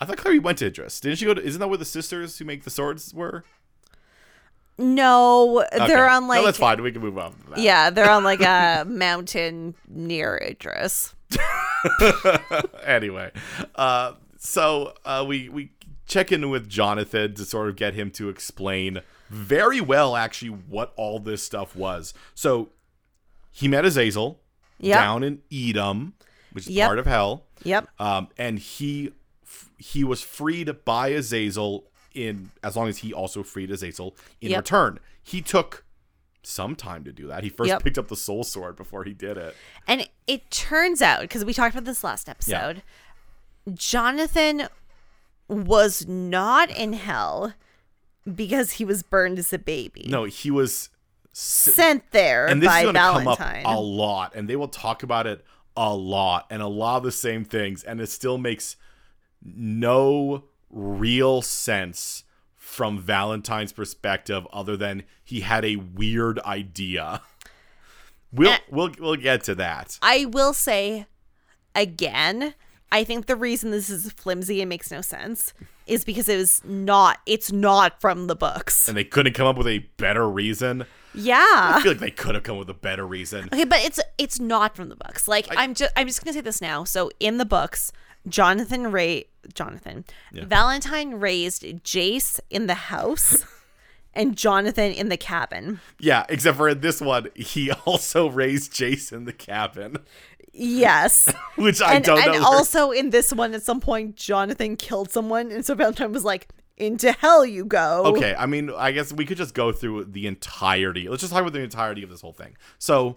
Speaker 1: I thought Clary went to Idris. Didn't she go to? Isn't that where the sisters who make the swords were?
Speaker 2: No, they're
Speaker 1: Okay.
Speaker 2: on like
Speaker 1: No, that's fine. We can move on. From that.
Speaker 2: Yeah, they're on
Speaker 1: [laughs]
Speaker 2: like a mountain near Idris.
Speaker 1: anyway, uh, so uh, we we check in with Jonathan to sort of get him to explain very well, actually, what all this stuff was. So he met Azazel
Speaker 2: Yep.
Speaker 1: down in Edom, which is
Speaker 2: Yep.
Speaker 1: part of hell.
Speaker 2: Yep.
Speaker 1: Um, and he f- he was freed by Azazel in as long as he also freed Azazel in
Speaker 2: Yep.
Speaker 1: return. He took some time to do that. He first
Speaker 2: Yep.
Speaker 1: picked up the soul sword before he did it.
Speaker 2: And it turns out, because we talked about this last episode, Jonathan was not in hell because he was burned as a baby.
Speaker 1: No, he was
Speaker 2: Sent there
Speaker 1: and this
Speaker 2: by
Speaker 1: is going to come up
Speaker 2: Valentine.
Speaker 1: a lot and they will talk about it a lot and a lot of the same things and it still makes no real sense from Valentine's perspective other than he had a weird idea. We'll
Speaker 2: Eh.
Speaker 1: we'll we'll get to that.
Speaker 2: I will say again, I think the reason this is flimsy and makes no sense is because it is not it's not from the books.
Speaker 1: and they couldn't come up with a better reason. I
Speaker 2: Yeah.
Speaker 1: feel like they could have come up with a better reason.
Speaker 2: Okay, but it's it's not from the books. Like I, am just I'm just gonna say this now. So in the books, Jonathan Ray Jonathan Valentine raised Jace in the
Speaker 1: [laughs]
Speaker 2: house, and Jonathan in the cabin.
Speaker 1: Yeah, except for in this one, he [laughs] also raised Jason the cabin,
Speaker 2: Yes,
Speaker 1: which I
Speaker 2: and
Speaker 1: don't know.
Speaker 2: and
Speaker 1: where-
Speaker 2: also in this one, at some point, Jonathan killed someone, and so Valentine was like, "Into hell you go."
Speaker 1: Okay, I mean, I guess we could just go through the entirety. Let's just talk about the entirety of this whole thing. So,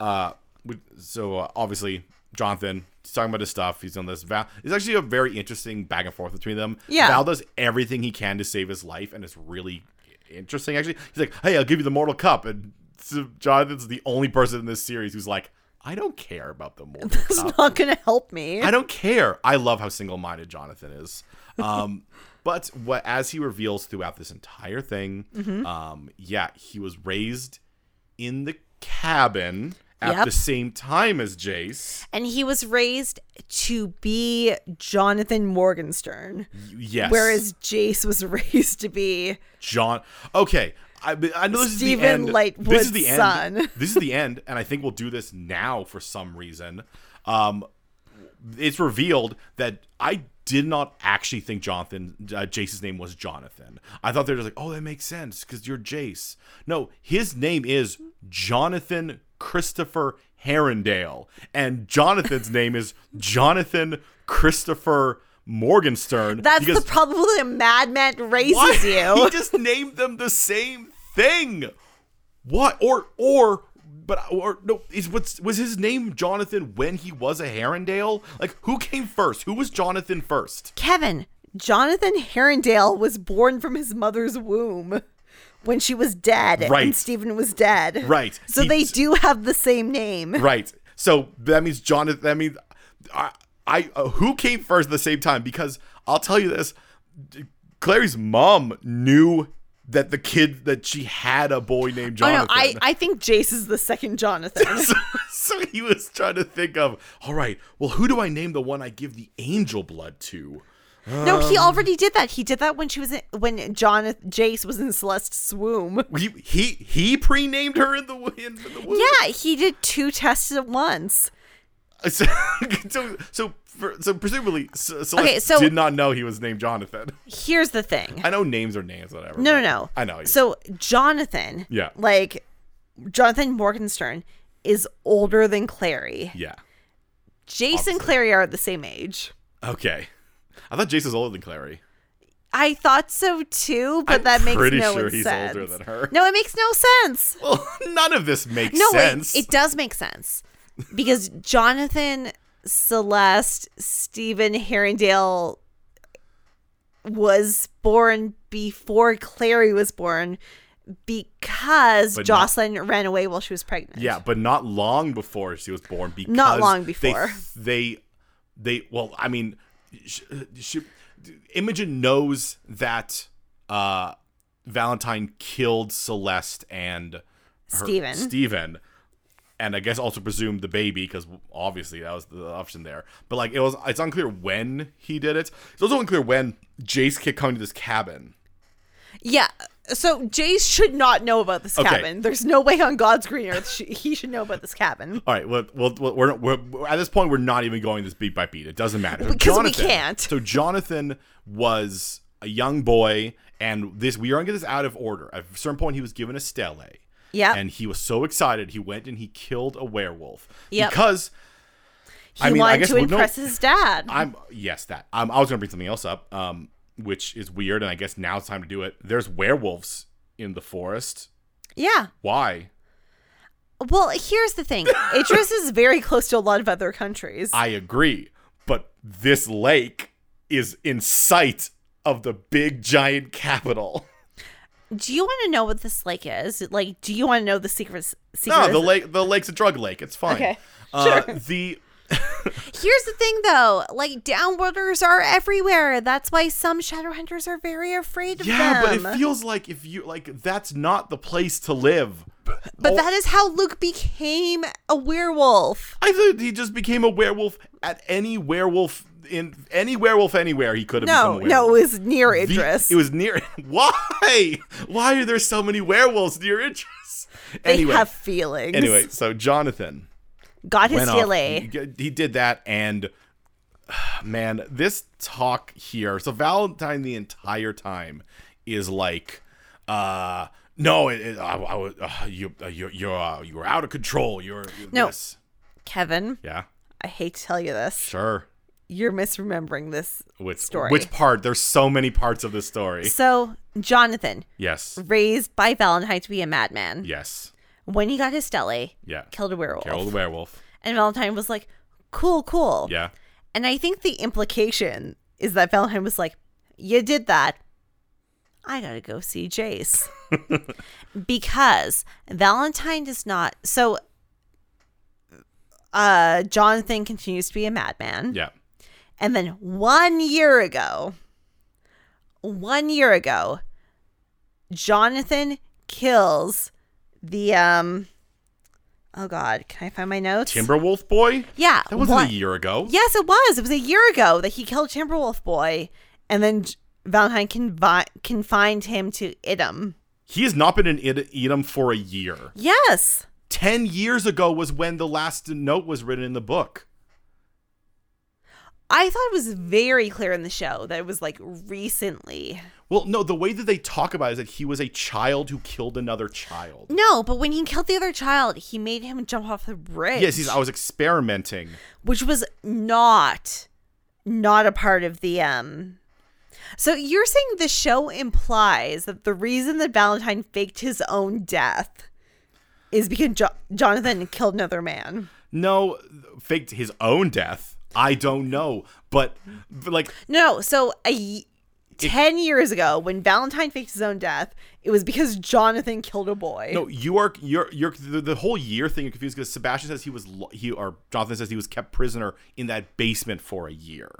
Speaker 1: uh, we, so uh, obviously Jonathan he's talking about his stuff. He's on this. Val, it's actually a very interesting back and forth between them.
Speaker 2: Yeah.
Speaker 1: Val does everything he can to save his life, and it's really interesting. Actually, he's like, "Hey, I'll give you the mortal cup," and so Jonathan's the only person in this series who's like, "I don't care about the mortal cup."
Speaker 2: [laughs] it's not gonna help me.
Speaker 1: I don't care. I love how single-minded Jonathan is. Um, [laughs] but what as he reveals throughout this entire thing, um, yeah, he was raised in the cabin at
Speaker 2: Yep.
Speaker 1: the same time as Jace.
Speaker 2: and he was raised to be Jonathan Morgenstern,
Speaker 1: Y- Yes.
Speaker 2: whereas Jace was [laughs] raised to be.
Speaker 1: John. Okay. I, I know this
Speaker 2: Stephen
Speaker 1: is the end. This
Speaker 2: Lightwood's
Speaker 1: is the end.
Speaker 2: son. [laughs]
Speaker 1: this is the end, and I think we'll do this now for some reason. Um, it's revealed that I did not actually think Jonathan, uh, Jace's name was Jonathan. I thought they were just like, oh, that makes sense because you're Jace. No, his name is Jonathan Christopher Herondale, and
Speaker 2: [laughs]
Speaker 1: Jonathan's name is Jonathan Christopher Morgenstern.
Speaker 2: That's
Speaker 1: because
Speaker 2: the problem with a madman raises
Speaker 1: what? [laughs]
Speaker 2: you.
Speaker 1: He just named them the same thing. What? Or or but or no? Is what's was his name Jonathan when he was a Herondale? Like who came first? Who was Jonathan first?
Speaker 2: Kevin, Jonathan Herondale was born from his mother's womb when she was dead
Speaker 1: Right.
Speaker 2: and Stephen was dead.
Speaker 1: Right.
Speaker 2: So
Speaker 1: He-
Speaker 2: they do have the same name.
Speaker 1: Right. So that means Jonathan. That means I. I uh, who came first at the same time? Because I'll tell you this, Clary's mom knew that the kid that she had a boy named
Speaker 2: Oh
Speaker 1: Jonathan.
Speaker 2: no, I, I think Jace is the
Speaker 1: [laughs]
Speaker 2: second Jonathan.
Speaker 1: so, so he was trying to think of, all right, well, who do I name the one I give the angel blood to?
Speaker 2: no, he
Speaker 1: Um,
Speaker 2: already did that. He did that when she was in, when Jonathan Jace was in Celeste's womb.
Speaker 1: He he, he pre-named her in the wo- in the womb.
Speaker 2: Yeah, he did two tests at once.
Speaker 1: [laughs] So so so, for, so presumably, so, Celeste
Speaker 2: Okay, so-
Speaker 1: did not know he was named Jonathan.
Speaker 2: Here's the thing.
Speaker 1: I know names are names, whatever.
Speaker 2: No,
Speaker 1: but-
Speaker 2: no, no.
Speaker 1: I know.
Speaker 2: So Jonathan,
Speaker 1: Yeah.
Speaker 2: like Jonathan Morgenstern is older than Clary.
Speaker 1: yeah.
Speaker 2: Jason and Clary are the same age.
Speaker 1: Okay. I thought Jace was older than Clary.
Speaker 2: I thought so too, but
Speaker 1: I'm
Speaker 2: that makes
Speaker 1: pretty
Speaker 2: no
Speaker 1: sure
Speaker 2: sense.
Speaker 1: he's older than her.
Speaker 2: No, it makes no sense.
Speaker 1: Well, [laughs] none of this makes
Speaker 2: No, wait,
Speaker 1: sense.
Speaker 2: it does make sense because Jonathan, Celeste, Stephen Herondale was born before Clary was born because
Speaker 1: But not-
Speaker 2: Jocelyn ran away while she was pregnant.
Speaker 1: Yeah, but not long before she was born. Because
Speaker 2: long
Speaker 1: they-
Speaker 2: before.
Speaker 1: They, they, well, I mean, sh sh Imogen knows that uh, Valentine killed Celeste and her,
Speaker 2: Stephen.
Speaker 1: Stephen, and I guess also presumed the baby because obviously that was the option there. But like, it was. It's unclear when he did it. It's also unclear when Jace kept coming to this cabin.
Speaker 2: Yeah. So Jace should not know about this
Speaker 1: Okay.
Speaker 2: cabin. There's no way on God's green earth she, he should know about this cabin
Speaker 1: All right, well, well, well we're, we're at this point we're not even going this beat by beat. It doesn't
Speaker 2: [laughs]
Speaker 1: matter So
Speaker 2: Because we can't.
Speaker 1: So Jonathan was a young boy, and this we are gonna get this out of order. At a certain point, he was given a stele.
Speaker 2: Yep.
Speaker 1: And he was so excited, he went and he killed a werewolf.
Speaker 2: Yep.
Speaker 1: Because
Speaker 2: He
Speaker 1: I mean, I
Speaker 2: wanted
Speaker 1: guess
Speaker 2: to
Speaker 1: we- no-
Speaker 2: impress his dad.
Speaker 1: I'm yes that um, I was gonna bring something else up, um, which is weird, and I guess now it's time to do it. There's werewolves in the forest.
Speaker 2: yeah.
Speaker 1: Why?
Speaker 2: Well, here's the thing. Idris is very close to a lot of other countries.
Speaker 1: I agree, but this lake is in sight of the big giant capital. [laughs]
Speaker 2: do you want to know what this lake is? Like, do you want to know the secrets?
Speaker 1: No,
Speaker 2: secrets?
Speaker 1: the lake the lake's a drug lake. It's fine.
Speaker 2: Okay,
Speaker 1: Uh,
Speaker 2: sure.
Speaker 1: The
Speaker 2: Here's the thing, though. Like, downwarders are everywhere. That's why some Shadowhunters are very afraid of
Speaker 1: yeah,
Speaker 2: them.
Speaker 1: but it feels like if you like that's not the place to live.
Speaker 2: But
Speaker 1: Oh,
Speaker 2: that is how Luke became a werewolf.
Speaker 1: I thought he just became a werewolf at any werewolf in any werewolf anywhere he could have
Speaker 2: No,
Speaker 1: become a werewolf.
Speaker 2: no, it was near
Speaker 1: The-
Speaker 2: Idris.
Speaker 1: it was near. [laughs] Why? Why are there so many werewolves near Idris?
Speaker 2: they
Speaker 1: anyway,
Speaker 2: have feelings.
Speaker 1: anyway, so Jonathan
Speaker 2: got his
Speaker 1: went off.
Speaker 2: DLA.
Speaker 1: He, he did that, and [sighs] man, this talk here. So Valentine the entire time is like, uh, no, it, it, I, I, was- uh, you, uh, you're, you're, uh, you're out of control. You're
Speaker 2: No.
Speaker 1: this.
Speaker 2: Kevin,
Speaker 1: yeah,
Speaker 2: I hate to tell you this.
Speaker 1: sure.
Speaker 2: You're misremembering this
Speaker 1: Which
Speaker 2: story.
Speaker 1: which part? There's so many parts of this story.
Speaker 2: So, Jonathan,
Speaker 1: Yes,
Speaker 2: raised by Valentine to be a madman,
Speaker 1: yes,
Speaker 2: when he got his DLA,
Speaker 1: yeah.
Speaker 2: killed a werewolf.
Speaker 1: Carol the werewolf.
Speaker 2: and Valentine was like, cool, cool.
Speaker 1: Yeah.
Speaker 2: And I think the implication is that Valentine was like, You did that. I gotta go
Speaker 1: [laughs]
Speaker 2: see Jace. because Valentine does not so uh Jonathan continues to be a madman.
Speaker 1: Yeah.
Speaker 2: And then one year ago, one year ago, Jonathan kills the um oh god, can I find my notes?
Speaker 1: Timberwolf boy?
Speaker 2: yeah.
Speaker 1: That wasn't
Speaker 2: one-
Speaker 1: a year ago.
Speaker 2: Yes, it was. It was a year ago that he killed Timberwolf Boy, and then J- Valentine confi- confined him to Idum.
Speaker 1: He has not been in Id- Edom for a year.
Speaker 2: Yes.
Speaker 1: Ten years ago was when the last note was written in the book.
Speaker 2: I thought it was very clear in the show that it was like recently.
Speaker 1: Well, no, the way that they talk about it is that he was a child who killed another child.
Speaker 2: No, but when he killed the other child, he made him jump off the bridge.
Speaker 1: Yes, he's, I was experimenting.
Speaker 2: which was not not a part of the um so you're saying the show implies that the reason that valentine faked his own death is because jo- jonathan killed another man
Speaker 1: No, faked his own death. I don't know, but but, like
Speaker 2: no so a y- 10 years ago when valentine faked his own death it was because jonathan killed a boy
Speaker 1: No, you are you're you're the, the whole year thing. You're confused because Sebastian says he was lo- he or Jonathan says he was kept prisoner in that basement for a year,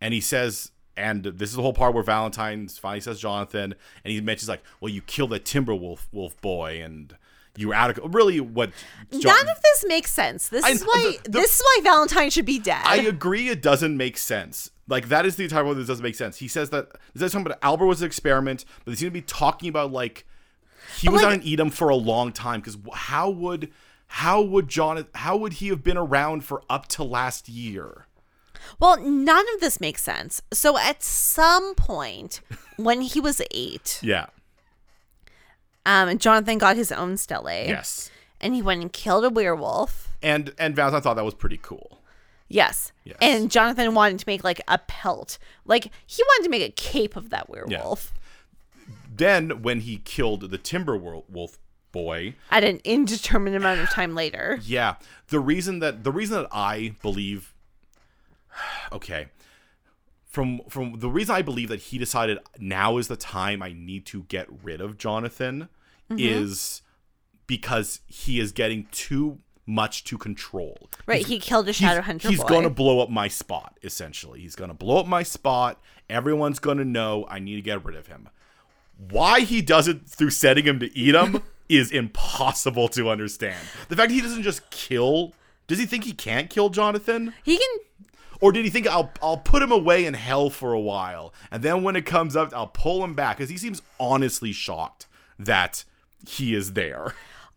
Speaker 1: and he says. And this is the whole part where Valentine finally says Jonathan, and he mentions like, "Well, you killed that Timberwolf wolf boy, and you were out of really what." Jon-
Speaker 2: none of this makes sense this
Speaker 1: I-
Speaker 2: is why
Speaker 1: the- the-
Speaker 2: this is why valentine should be dead
Speaker 1: I agree it doesn't make sense. Like that is the entire one that doesn't make sense. He says that he says something about Albert was an experiment, but they seem to be talking about like he was
Speaker 2: like-
Speaker 1: on an Edom for a long time because how would how would John how would he have been around for up to last year?
Speaker 2: [laughs] Well, none of this makes sense. So at some point when he was eight,
Speaker 1: Yeah.
Speaker 2: um, Jonathan got his own stele.
Speaker 1: Yes.
Speaker 2: And he went and killed a werewolf.
Speaker 1: And and Valentine thought that was pretty cool.
Speaker 2: Yes.
Speaker 1: Yes.
Speaker 2: And Jonathan wanted to make like a pelt. Like he wanted to make a cape of that werewolf
Speaker 1: Then when he killed the timber wol- wolf boy,
Speaker 2: at an indeterminate amount of time later.
Speaker 1: Yeah, the reason that the reason that I believe, [sighs] okay, from from the reason I believe that he decided now is the time I need to get rid of Jonathan is because he is getting too much to control.
Speaker 2: Right. He killed a shadow hunter
Speaker 1: he's
Speaker 2: boy.
Speaker 1: gonna blow up my spot. Essentially, he's gonna blow up my spot. Everyone's gonna know I need to get rid of him. Why he does it through setting him to eat
Speaker 2: [laughs]
Speaker 1: him is impossible to understand. The fact that he doesn't just kill. Does he think he can't kill Jonathan?
Speaker 2: he can
Speaker 1: Or did he think I'll I'll put him away in hell for a while, and then when it comes up, I'll pull him back? Because he seems honestly shocked that he is there.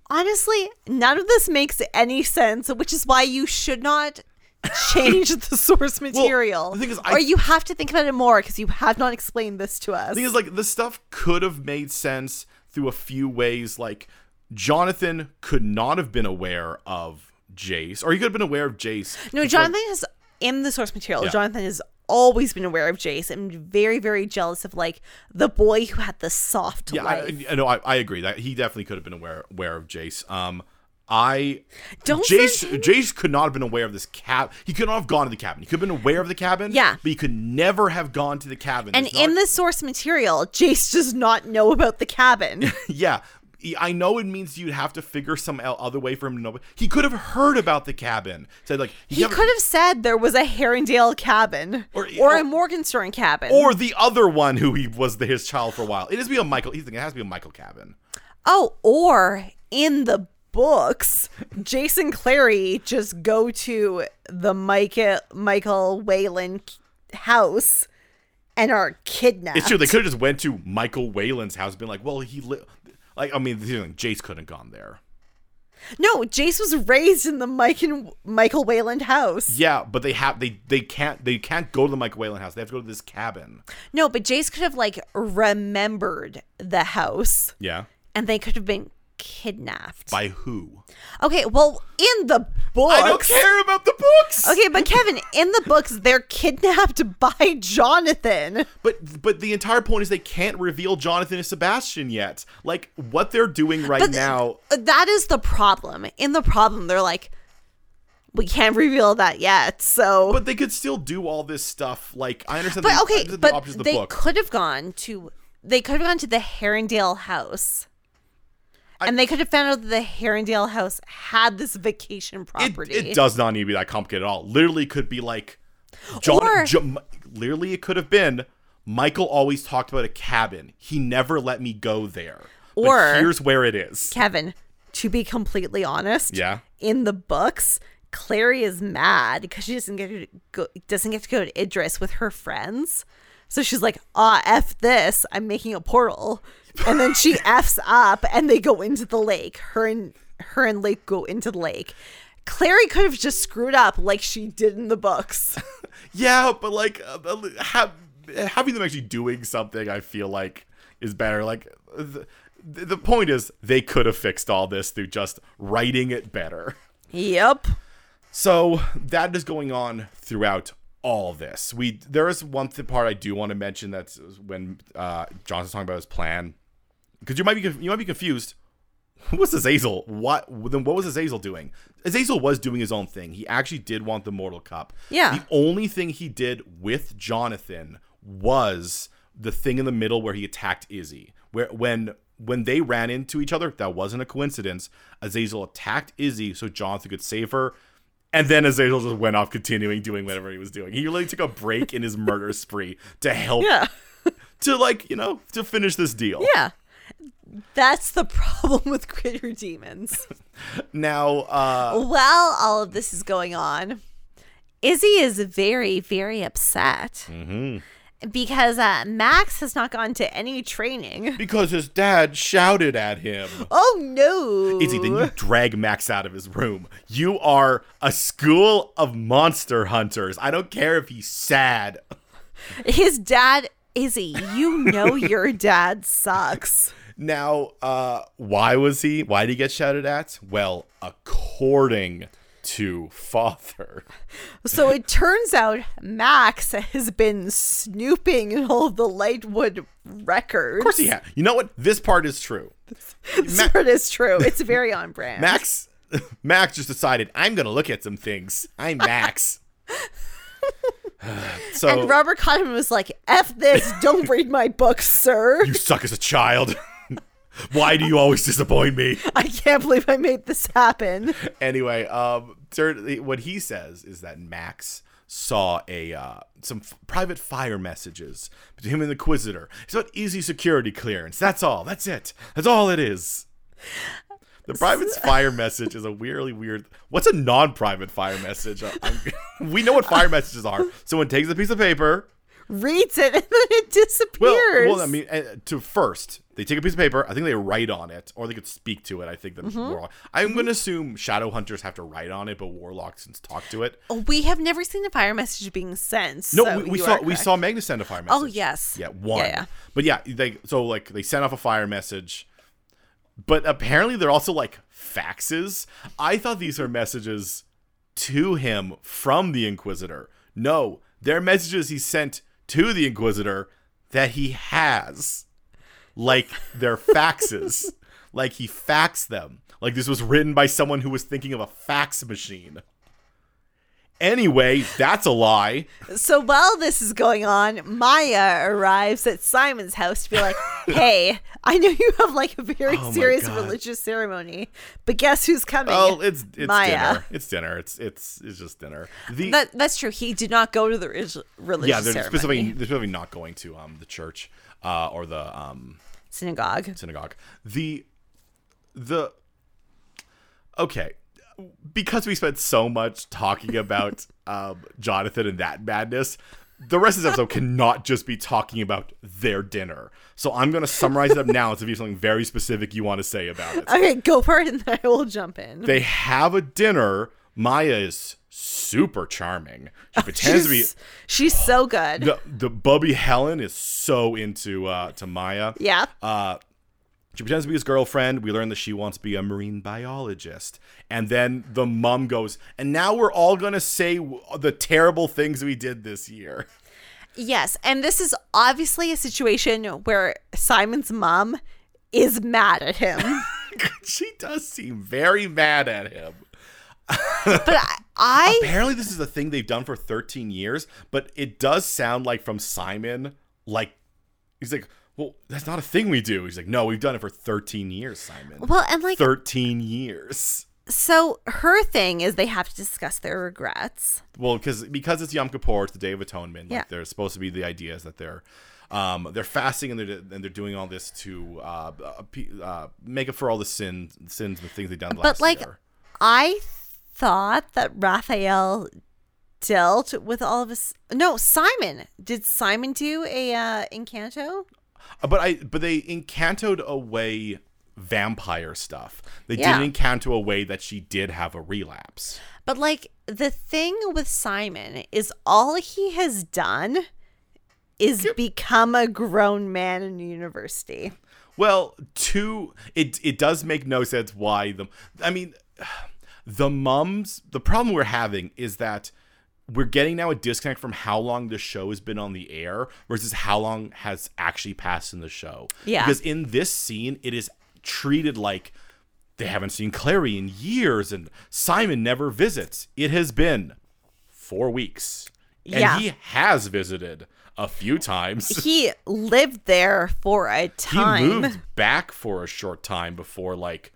Speaker 2: honestly, none of this makes any sense, which is why you should not
Speaker 1: [laughs]
Speaker 2: change the source material.
Speaker 1: the thing is, I-
Speaker 2: or you have to think about it more because you have not explained this to us.
Speaker 1: thing is like the stuff could have made sense through a few ways like jonathan could not have been aware of jace or he could have been aware of jace
Speaker 2: no, Jonathan has in the source material.
Speaker 1: Yeah.
Speaker 2: Jonathan has always been aware of Jace and very, very jealous of like the boy who had the soft
Speaker 1: yeah
Speaker 2: life.
Speaker 1: I, I, no, I, I agree that he definitely could have been aware aware of jace um i
Speaker 2: Don't
Speaker 1: jace
Speaker 2: send him-
Speaker 1: jace could not have been aware of this cab he could not have gone to the cabin he could have been aware of the cabin
Speaker 2: Yeah.
Speaker 1: but he could never have gone to the cabin
Speaker 2: and
Speaker 1: There's not-
Speaker 2: in the source material, Jace does not know about
Speaker 1: [laughs]
Speaker 2: the cabin.
Speaker 1: yeah E- I know it means you'd have to figure some el- other way for him to know. but He could have heard about the cabin. Said like
Speaker 2: he
Speaker 1: never-
Speaker 2: could have said there was a Herringdale cabin
Speaker 1: Or- e-
Speaker 2: or,
Speaker 1: or-
Speaker 2: a Morgenstern cabin.
Speaker 1: or the other one who he was the, his child for a while. It has to be a Michael. He's thinking it has to be a Michael Cabin.
Speaker 2: Oh, or Oh, in the books, Jason Clary just go to the Michael Michael Whalen house and are kidnapped.
Speaker 1: It's true. They could have just went to Michael Whalen's house, and been like, "Well, he li-. like." I mean, the thing, Jace couldn't have gone there.
Speaker 2: No, Jace was raised in the Mike and Michael Wayland house.
Speaker 1: Yeah, but they have they they can't they can't go to the Michael Whalen house. They have to go to this cabin.
Speaker 2: No, but Jace could have like remembered the house
Speaker 1: Yeah.
Speaker 2: and they could have been kidnapped.
Speaker 1: By who?
Speaker 2: okay, well, in the books.
Speaker 1: I don't care about the books.
Speaker 2: Okay, but Kevin, in the books they're kidnapped [laughs] by Jonathan.
Speaker 1: But but the entire point is they can't reveal Jonathan and Sebastian yet. Like what they're doing right
Speaker 2: But-
Speaker 1: now.
Speaker 2: That is the problem. In the problem they're like we can't reveal that yet. So
Speaker 1: But they could still do all this stuff. Like I understand.
Speaker 2: But
Speaker 1: the, I
Speaker 2: okay,
Speaker 1: understand the
Speaker 2: but
Speaker 1: options of the
Speaker 2: they
Speaker 1: book.
Speaker 2: could have gone to they could have gone to the Herondale house. and they could have found out that the Herondale house had this vacation
Speaker 1: it,
Speaker 2: property.
Speaker 1: it does not need to be that complicated at all. Literally, could be like John.
Speaker 2: Or-
Speaker 1: Jo- literally, it could have been Michael always talked about a cabin. He never let me go there. But
Speaker 2: Or-
Speaker 1: here's where it is.
Speaker 2: Kevin, to be completely honest,
Speaker 1: Yeah.
Speaker 2: in the books, Clary is mad because she doesn't get to go, doesn't get to go to Idris with her friends. So she's like, "Ah, f this! I'm making a portal," and then she f's up, and they go into the lake. Her and her and Lake go into the lake. Clary could have just screwed up like she did in the books.
Speaker 1: Yeah, but like uh, uh, ha- having them actually doing something, I feel like is better. Like the, the point is, they could have fixed all this through just writing it better.
Speaker 2: yep.
Speaker 1: So that is going on throughout all this. We there is one th- part I do want to mention that's when uh, Johnson's talking about his plan because you might be conf- you might be confused. Who was Azazel? What then? What was Azazel doing? Azazel was doing his own thing. He actually did want the Mortal Cup.
Speaker 2: Yeah.
Speaker 1: The only thing he did with Jonathan was the thing in the middle where he attacked Izzy. Where when when they ran into each other, that wasn't a coincidence. Azazel attacked Izzy so Jonathan could save her. And then Azazel just went off continuing doing whatever he was doing. He really took a break in his murder spree to help
Speaker 2: Yeah.
Speaker 1: to like, you know, to finish this deal.
Speaker 2: Yeah. That's the [laughs] problem with critter demons.
Speaker 1: Now, uh
Speaker 2: While all of this is going on, Izzy is very, very upset
Speaker 1: Mm-hmm.
Speaker 2: because uh, Max has not gone to any training.
Speaker 1: because his dad shouted at him.
Speaker 2: Oh no!
Speaker 1: Izzy, then you drag Max out of his room. You are a school of monster hunters. I don't care if he's sad.
Speaker 2: His dad, Izzy,
Speaker 1: [laughs]
Speaker 2: you know your dad sucks.
Speaker 1: Now, uh, why was he? Why did he get shouted at? Well, according to father,
Speaker 2: So it turns out Max has been snooping in all the Lightwood records.
Speaker 1: of course he had. You know what? This part is true.
Speaker 2: [laughs] This part is true. It's very on brand.
Speaker 1: Max, [laughs] Max just decided I'm gonna look at some things. I'm Max. [sighs] so
Speaker 2: And Robert Cotton was like, F this, don't read my book, sir.
Speaker 1: you suck as a child. [laughs] why do you always disappoint me?
Speaker 2: I can't believe I made this happen.
Speaker 1: [laughs] anyway, um, certainly what he says is that Max saw a uh, some f- private fire messages between him and the Inquisitor. It's about easy security clearance. That's all. That's it. That's all it is. The private fire message is a weirdly weird. What's a non-private fire message? I- I'm- [laughs] we know what fire messages are. Someone takes a piece of paper.
Speaker 2: Reads it and then it
Speaker 1: Well,
Speaker 2: disappears.
Speaker 1: well, I mean, uh, to first they take a piece of paper. I think they write on it, or they could speak to it. I think that warlock. I'm going to assume shadow hunters have to write on it, but warlocks can talk to it.
Speaker 2: we have never seen a fire message being sent.
Speaker 1: No,
Speaker 2: so
Speaker 1: we, we
Speaker 2: you
Speaker 1: saw
Speaker 2: are
Speaker 1: we
Speaker 2: correct.
Speaker 1: saw Magnus send a fire message.
Speaker 2: Oh, yes.
Speaker 1: yeah, one.
Speaker 2: Yeah, yeah.
Speaker 1: But yeah, they so like they sent off a fire message, but apparently they're also like faxes. I thought these were messages to him from the Inquisitor. No, they're messages he sent to the Inquisitor that he has, like they're
Speaker 2: [laughs]
Speaker 1: faxes. like he faxed them. Like this was written by someone who was thinking of a fax machine. Anyway, that's a lie.
Speaker 2: So while this is going on, Maya arrives at Simon's house to
Speaker 1: [laughs]
Speaker 2: be like, hey, I know you have like a very
Speaker 1: Oh my
Speaker 2: serious
Speaker 1: God.
Speaker 2: religious ceremony, but guess who's coming?
Speaker 1: Oh, it's it's
Speaker 2: Maya.
Speaker 1: dinner. It's dinner. It's it's it's just dinner. The
Speaker 2: That, that's true. He did not go to the ris- religious
Speaker 1: yeah, they're
Speaker 2: ceremony.
Speaker 1: specifically they're specifically not going to um the church uh or the um
Speaker 2: synagogue.
Speaker 1: synagogue. The the okay, because we spent so much talking
Speaker 2: [laughs]
Speaker 1: about um, Jonathan and that madness, the rest of this episode cannot just be talking about their dinner. So I'm going to summarize it up now unless if you have something very specific you want to say about it.
Speaker 2: Okay, go for it, and [laughs] then I will jump in.
Speaker 1: They have a dinner. Maya is super charming. She pretends to be
Speaker 2: Oh, she's, she's so good.
Speaker 1: the the Bubby Helen is so into uh, to Maya.
Speaker 2: yeah.
Speaker 1: Uh, she pretends to be his girlfriend. We learn that she wants to be a marine biologist. And then the mom goes, and now we're all going to say w- the terrible things we did this year. [laughs]
Speaker 2: Yes, and this is obviously a situation where Simon's mom is mad at him.
Speaker 1: she does seem very mad at him.
Speaker 2: but I, I
Speaker 1: Apparently, this is a thing they've done for 13 years, but it does sound like from Simon, like, he's like, well, that's not a thing we do. He's like, no, we've done it for 13 years, Simon.
Speaker 2: well, and like
Speaker 1: 13 years.
Speaker 2: so her thing is they have to discuss their regrets.
Speaker 1: well because because it's Yom Kippur, it's the Day of Atonement.
Speaker 2: Yeah.
Speaker 1: Like there's supposed to be the idea is that they're um, they're fasting and they're and they're doing all this to uh, appe- uh, make up for all the sins sins and the things they've done last
Speaker 2: But like
Speaker 1: year.
Speaker 2: I thought that Raphael dealt with all of us. No, Simon. Did Simon do a uh, Encanto?
Speaker 1: Uh, But I but they encantoed away vampire stuff. They
Speaker 2: Yeah.
Speaker 1: didn't encanto away that she did have a relapse.
Speaker 2: But like the thing with Simon is all he has done is become a grown man in university.
Speaker 1: Well, two it it does make no sense why the I mean the mums the problem we're having is that we're getting now a disconnect from how long the show has been on the air versus how long has actually passed in the show.
Speaker 2: Yeah.
Speaker 1: Because in this scene it is treated like they haven't seen Clary in years and Simon never visits. It has been 4 weeks. And
Speaker 2: Yeah.
Speaker 1: he has visited a few times.
Speaker 2: [laughs] He lived there for a time.
Speaker 1: He moved back for a short time before like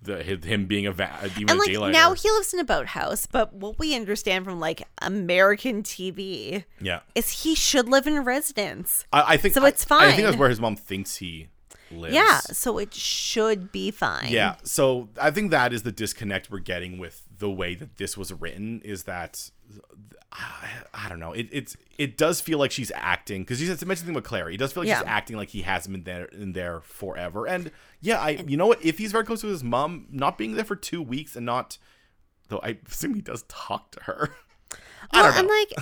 Speaker 1: the hi- him being a va- even
Speaker 2: and
Speaker 1: a
Speaker 2: like
Speaker 1: daylighter.
Speaker 2: now he lives in a boathouse, but what we understand from like American TV
Speaker 1: yeah,
Speaker 2: is he should live in a residence.
Speaker 1: I, I think
Speaker 2: So
Speaker 1: I-
Speaker 2: it's
Speaker 1: I think that's
Speaker 2: fine.
Speaker 1: where his mom thinks he lives.
Speaker 2: Yeah, so it should be fine.
Speaker 1: yeah. So I think that is the disconnect we're getting with the way that this was written. Is that uh, I, I don't know. It it's it does feel like she's acting because you said to mention thing with Claire. It does feel like she's
Speaker 2: Yeah.
Speaker 1: acting like he hasn't been there in there forever. And yeah, I you know what? If he's very close to his mom, not being there for two weeks and not though I assume he does talk to her. [laughs] I
Speaker 2: Well,
Speaker 1: don't
Speaker 2: and
Speaker 1: know.
Speaker 2: like,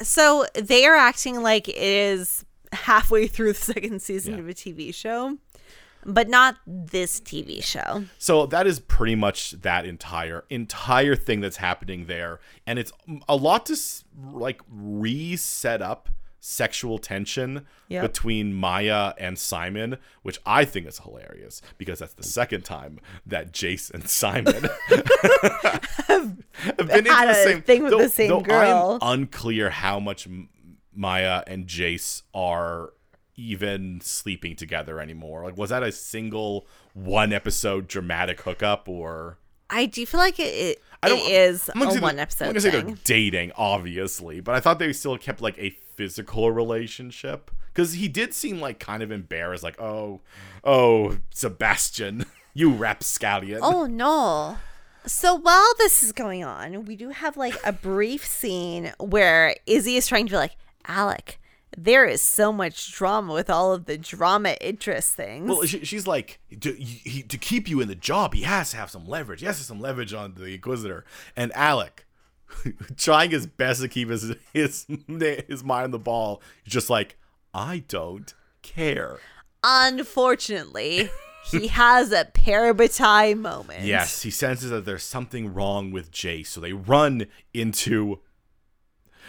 Speaker 2: uh, so they are acting like it is halfway [laughs] through the second season
Speaker 1: Yeah.
Speaker 2: of a TV show, but not this TV show.
Speaker 1: So that is pretty much that entire entire thing that's happening there, and it's a lot to s- like reset up sexual tension
Speaker 2: Yep.
Speaker 1: between Maya and Simon, which I think is hilarious because that's the second time that Jace and
Speaker 2: [laughs]
Speaker 1: Simon have been into
Speaker 2: Had
Speaker 1: the
Speaker 2: a
Speaker 1: same
Speaker 2: thing with the same girl.
Speaker 1: I'm unclear how much M- Maya and Jace are even sleeping together anymore. Like, was that a single one episode dramatic hookup or?
Speaker 2: I do feel like it, it,
Speaker 1: I
Speaker 2: it is
Speaker 1: I'm not
Speaker 2: a
Speaker 1: gonna say
Speaker 2: one
Speaker 1: they're-
Speaker 2: episode
Speaker 1: I'm not gonna say
Speaker 2: thing.
Speaker 1: they're dating, obviously, but I thought they still kept like a physical relationship because he did seem like kind of embarrassed, like, "Oh, oh, Sebastian, [laughs] you rapscallion."
Speaker 2: Oh no. So while this is going on, we do have like a brief scene where Izzy is trying to be like, Alec, there is so much drama with all of the drama interest things.
Speaker 1: Well, she, she's like to, he, to keep you in the job, he has to have some leverage. He has to have some leverage on the Inquisitor and Alec, [laughs] trying his best to keep his [laughs] his his mind on the ball. Just like I don't care. [laughs]
Speaker 2: Unfortunately, he has a parabatai moment.
Speaker 1: Yes, he senses that there's something wrong with Jace, so they run into.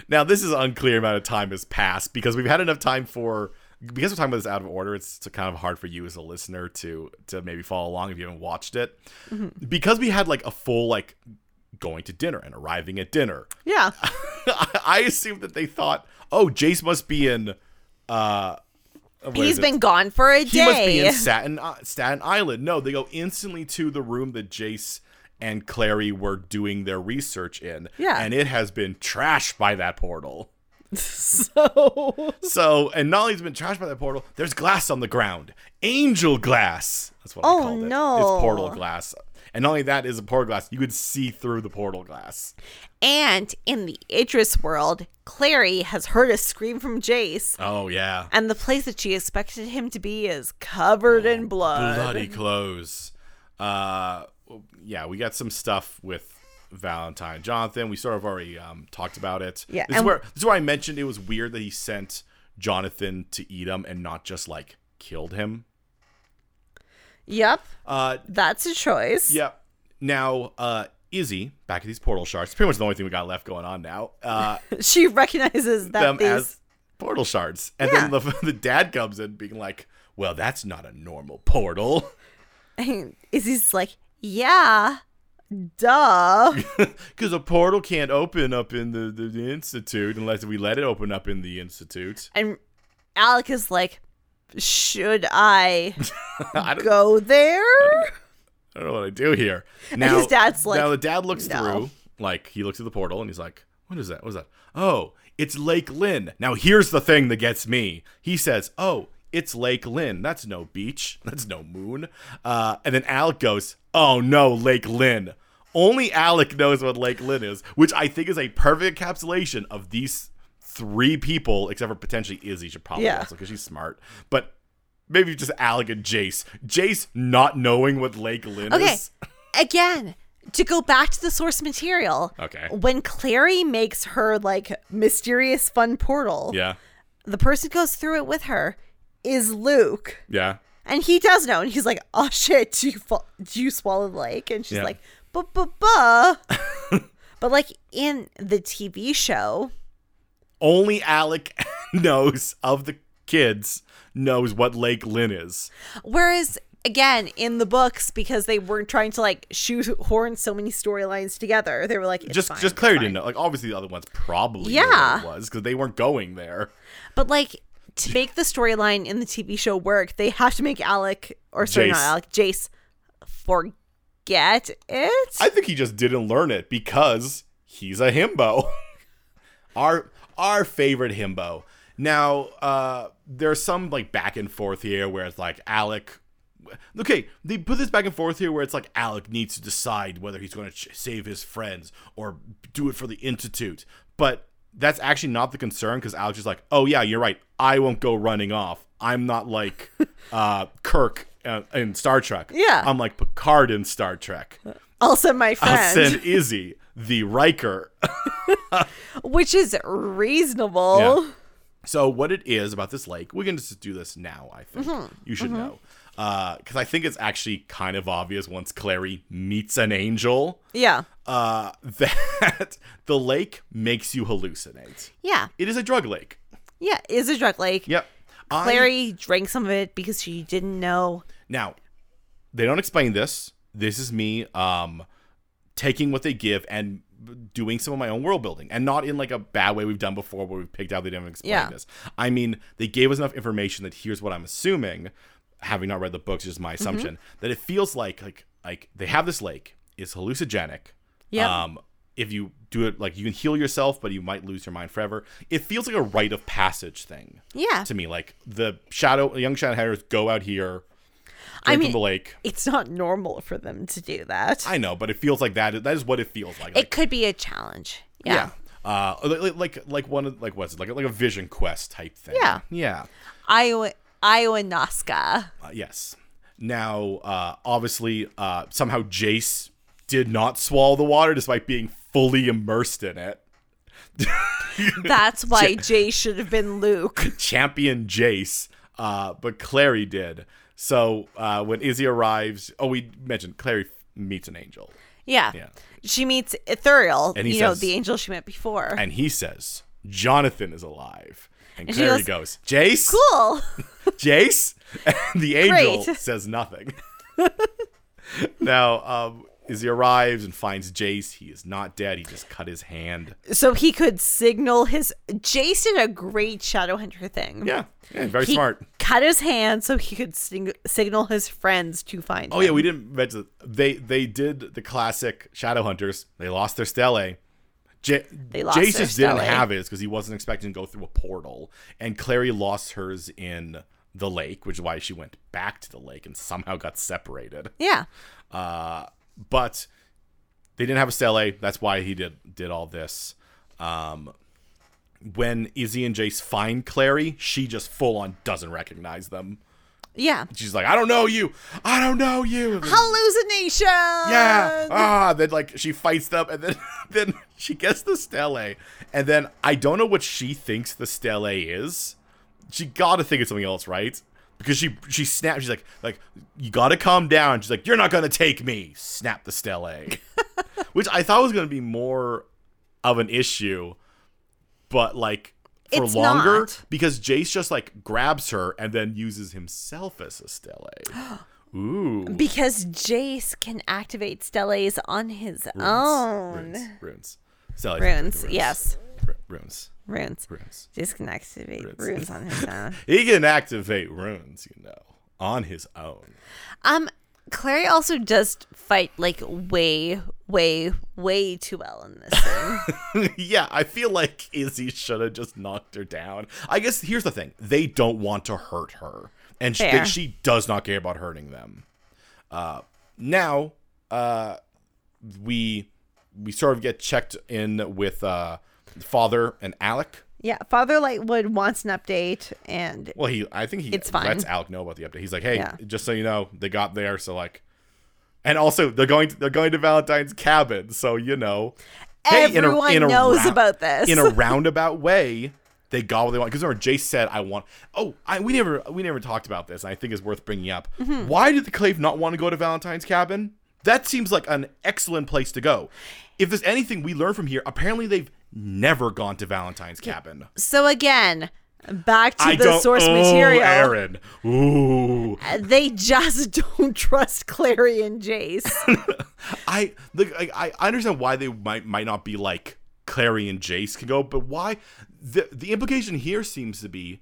Speaker 1: Now, this is unclear amount of time has passed because we've had enough time for because we're talking about this out of order. It's kind of hard for you as a listener to to maybe follow along if you haven't watched it
Speaker 2: Mm-hmm.
Speaker 1: because we had like a full like going to dinner and arriving at dinner. [laughs]
Speaker 2: Yeah.
Speaker 1: I I assume that they thought, oh, Jace must be in. uh where is
Speaker 2: He's
Speaker 1: it?
Speaker 2: been gone for a
Speaker 1: he
Speaker 2: day.
Speaker 1: must be in Staten uh, Staten Island. No, they go instantly to the room that Jace and Clary were doing their research in.
Speaker 2: Yeah.
Speaker 1: and it has been trashed by that portal.
Speaker 2: [laughs] so
Speaker 1: So, and not only's been trashed by that portal. There's glass on the ground, angel glass. That's what I
Speaker 2: Oh,
Speaker 1: called it.
Speaker 2: no.
Speaker 1: it's portal glass. And not only that is a portal glass, you could see through the portal glass.
Speaker 2: And in the Idris world, Clary has heard a scream from Jace,
Speaker 1: Oh yeah.
Speaker 2: and the place that she expected him to be is covered in blood.
Speaker 1: Oh, Bloody clothes. Uh yeah, we got some stuff with Valentine Jonathan. We sort of already um, talked about it.
Speaker 2: Yeah,
Speaker 1: This is
Speaker 2: and-
Speaker 1: where this is where I mentioned it was weird that he sent Jonathan to Edom and not just like killed him.
Speaker 2: Yep,
Speaker 1: Uh
Speaker 2: that's a choice.
Speaker 1: Yep. Now, uh, Izzy, back at these portal shards, pretty much the only thing we got left going on now. Uh,
Speaker 2: [laughs] She recognizes [laughs] that
Speaker 1: them
Speaker 2: these.
Speaker 1: as portal shards. And then the, [laughs] the dad comes in being like, well, that's not a normal portal.
Speaker 2: [laughs] And Izzy's like, yeah, duh.
Speaker 1: [laughs] Because a portal can't open up in the, the, the Institute unless we let it open up in the Institute.
Speaker 2: and Alec is like, should I
Speaker 1: [laughs] I don't, [laughs]
Speaker 2: go there?
Speaker 1: I don't know what I do
Speaker 2: [laughs]
Speaker 1: here. Now,
Speaker 2: his dad's like,
Speaker 1: now the dad looks
Speaker 2: "No."
Speaker 1: through, like, he looks at the portal and he's like, what is that? What is that? Oh, it's Lake Lynn. Now, here's the thing that gets me. He says, oh, it's Lake Lynn. That's no beach. [laughs] That's no moon. Uh, and then Alec goes, oh, no, Lake Lynn. Only Alec knows what Lake Lynn is, which I think is a perfect encapsulation of these three people, except for potentially Izzy should probably
Speaker 2: Yeah.
Speaker 1: also because she's smart. But maybe just Alec and Jace. Jace not knowing what Lake Lynn
Speaker 2: Okay,
Speaker 1: is.
Speaker 2: again, to go back to the source material.
Speaker 1: Okay.
Speaker 2: When Clary makes her like mysterious fun portal,
Speaker 1: Yeah.
Speaker 2: the person goes through it with her is Luke.
Speaker 1: Yeah.
Speaker 2: And he does know, and he's like, "Oh shit, do you fall, do you swallow the lake?" And she's
Speaker 1: Yeah.
Speaker 2: like, "Buh buh
Speaker 1: [laughs]
Speaker 2: buh." but like in the TV show,
Speaker 1: only Alec [laughs] knows of the kids knows what Lake Lynn is.
Speaker 2: whereas again in the books, because they weren't trying to like shoehorn so many storylines together, they were like, it's
Speaker 1: just
Speaker 2: fine,
Speaker 1: just
Speaker 2: it's
Speaker 1: Clary
Speaker 2: fine.
Speaker 1: didn't know. Like obviously the other ones probably
Speaker 2: Yeah.
Speaker 1: knew what it was because they weren't going there.
Speaker 2: But like to make the storyline in the TV show work, they have to make Alec or sorry, not
Speaker 1: Jace.
Speaker 2: Alec, Jace, forget it.
Speaker 1: I think he just didn't learn it because he's a himbo. [laughs] our our favorite himbo. Now, uh there's some like back and forth here where it's like Alec Okay, they put this back and forth here where it's like Alec needs to decide whether he's going to ch- save his friends or do it for the institute. But that's actually not the concern because Alec is like, "Oh yeah, you're right. I won't go running off. I'm not like uh Kirk uh, in Star Trek.
Speaker 2: Yeah.
Speaker 1: I'm like Picard in Star Trek."
Speaker 2: also, my
Speaker 1: I'll
Speaker 2: friend,
Speaker 1: send Izzy, the Riker. [laughs]
Speaker 2: which is reasonable.
Speaker 1: so, what it is about this lake, we can just do this now, I think. You should know. Because I think it's actually kind of obvious once Clary meets an angel
Speaker 2: Yeah.
Speaker 1: uh, [laughs] that the lake makes you hallucinate.
Speaker 2: Yeah.
Speaker 1: It is a drug lake.
Speaker 2: Yeah. It is a drug lake.
Speaker 1: Yep. I-
Speaker 2: Clary drank some of it because she didn't know.
Speaker 1: Now, they don't explain this. This is me um taking what they give and doing some of my own world building and not in like a bad way we've done before where we've picked out they didn't explain
Speaker 2: Yeah.
Speaker 1: this. I mean, they gave us enough information that here's what I'm assuming, having not read the books, is just my
Speaker 2: Mm-hmm.
Speaker 1: assumption, that it feels like like like they have this lake, it's hallucinogenic.
Speaker 2: Yep.
Speaker 1: Um if you do it like you can heal yourself, but you might lose your mind forever. It feels like a rite of passage thing
Speaker 2: Yeah.
Speaker 1: to me. Like the shadow young shadowhunters go out here
Speaker 2: I
Speaker 1: drink
Speaker 2: mean,
Speaker 1: from the lake.
Speaker 2: it's not normal for them to do that.
Speaker 1: I know, but it feels like that. That is what it feels like.
Speaker 2: it
Speaker 1: Like,
Speaker 2: could be a challenge. Yeah.
Speaker 1: Uh, li- li- like like one of like what's it like like a vision quest type thing.
Speaker 2: Yeah.
Speaker 1: Yeah.
Speaker 2: Iowa, Iowanoska.
Speaker 1: Uh, yes. Now, uh, obviously, uh, somehow Jace did not swallow the water despite being fully immersed in it. [laughs]
Speaker 2: That's why Jay should have been Luke.
Speaker 1: Champion Jace, uh, but Clary did. So uh, when Izzy arrives, oh, we mentioned Clary meets an angel,
Speaker 2: Yeah.
Speaker 1: Yeah.
Speaker 2: She meets Ithuriel,
Speaker 1: And he
Speaker 2: you know,
Speaker 1: says-
Speaker 2: the angel she met before.
Speaker 1: and he says Jonathan is alive, and,
Speaker 2: And she
Speaker 1: Clary goes,
Speaker 2: goes,
Speaker 1: Jace. [laughs]
Speaker 2: cool.
Speaker 1: Jace, [laughs] and the angel
Speaker 2: Great.
Speaker 1: says nothing. [laughs] now, um, Izzy arrives and finds Jace. He is not dead. He just cut his hand.
Speaker 2: so he could signal his. Jace did a great Shadowhunter thing.
Speaker 1: Yeah, yeah very
Speaker 2: He
Speaker 1: smart.
Speaker 2: cut his hand so he could sing- signal his friends to find
Speaker 1: Oh yeah, we didn't mention they they did the classic Shadowhunters. They lost their stele. J-
Speaker 2: They lost
Speaker 1: Jace
Speaker 2: their
Speaker 1: just didn't
Speaker 2: stele.
Speaker 1: have his because he wasn't expecting to go through a portal, and Clary lost hers in the lake, which is why she went back to the lake and somehow got separated.
Speaker 2: Yeah.
Speaker 1: Uh, but they didn't have a Stele. That's why he did did all this. Um, when Izzy and Jace find Clary, she just full on doesn't recognize them.
Speaker 2: Yeah.
Speaker 1: She's like, I don't know you. I don't know you.
Speaker 2: Hallucination.
Speaker 1: Yeah. Ah, then like she fights them and then [laughs] then she gets the stele. And then I don't know what she thinks the stele is. She gotta think it's something else, right? Because she she snaps, she's like, like, you gotta calm down. She's like, You're not gonna take me. Snap the
Speaker 2: [laughs]
Speaker 1: stele. Which I thought was gonna be more of an issue, but like for
Speaker 2: It's
Speaker 1: longer
Speaker 2: not.
Speaker 1: because Jace just like grabs her and then uses himself as a
Speaker 2: [gasps]
Speaker 1: stele. Ooh.
Speaker 2: Because Jace can activate Steles on his own.
Speaker 1: Runes. Runes. Sally's
Speaker 2: Runes,
Speaker 1: the
Speaker 2: yes.
Speaker 1: Ru- Runes.
Speaker 2: Runes.
Speaker 1: Runes.
Speaker 2: Jace can activate runes,
Speaker 1: Runes.
Speaker 2: on [laughs] his own.
Speaker 1: He can activate runes, you know, on his own. [laughs]
Speaker 2: Um, Clary also does fight like way, way, way too well in this. Thing.
Speaker 1: yeah, I feel like Izzy should have just knocked her down. I guess here's the thing they don't want to hurt her, and she,
Speaker 2: Fair.
Speaker 1: she does not care about hurting them. Uh, now, uh, we we sort of get checked in with uh, father and Alec.
Speaker 2: [laughs] yeah, Father Lightwood wants an update, and
Speaker 1: Well, he, I think he
Speaker 2: It's fine.
Speaker 1: lets Alec know about the update. He's like, hey,
Speaker 2: Yeah.
Speaker 1: just so you know, they got there, so like, and also they're going, they're going to Valentine's cabin, so you know, hey, in a-
Speaker 2: everyone
Speaker 1: in a
Speaker 2: knows
Speaker 1: round-
Speaker 2: about this. [laughs]
Speaker 1: in a roundabout way, they got what they want. Because remember, Jace said, I want. Oh, I, we never, we never talked about this. And I think is worth bringing up.
Speaker 2: Mm-hmm.
Speaker 1: Why did the Clave not want to go to Valentine's cabin? That seems like an excellent place to go. If there's anything we learn from here, apparently they've never gone to Valentine's cabin.
Speaker 2: so again, back to
Speaker 1: I
Speaker 2: the
Speaker 1: don't-
Speaker 2: source
Speaker 1: oh,
Speaker 2: material.
Speaker 1: Aaron. Ooh.
Speaker 2: Uh, They just [laughs] don't trust Clary and Jace.
Speaker 1: I like I, I understand why they might might not be like Clary and Jace can go, but why the the implication here seems to be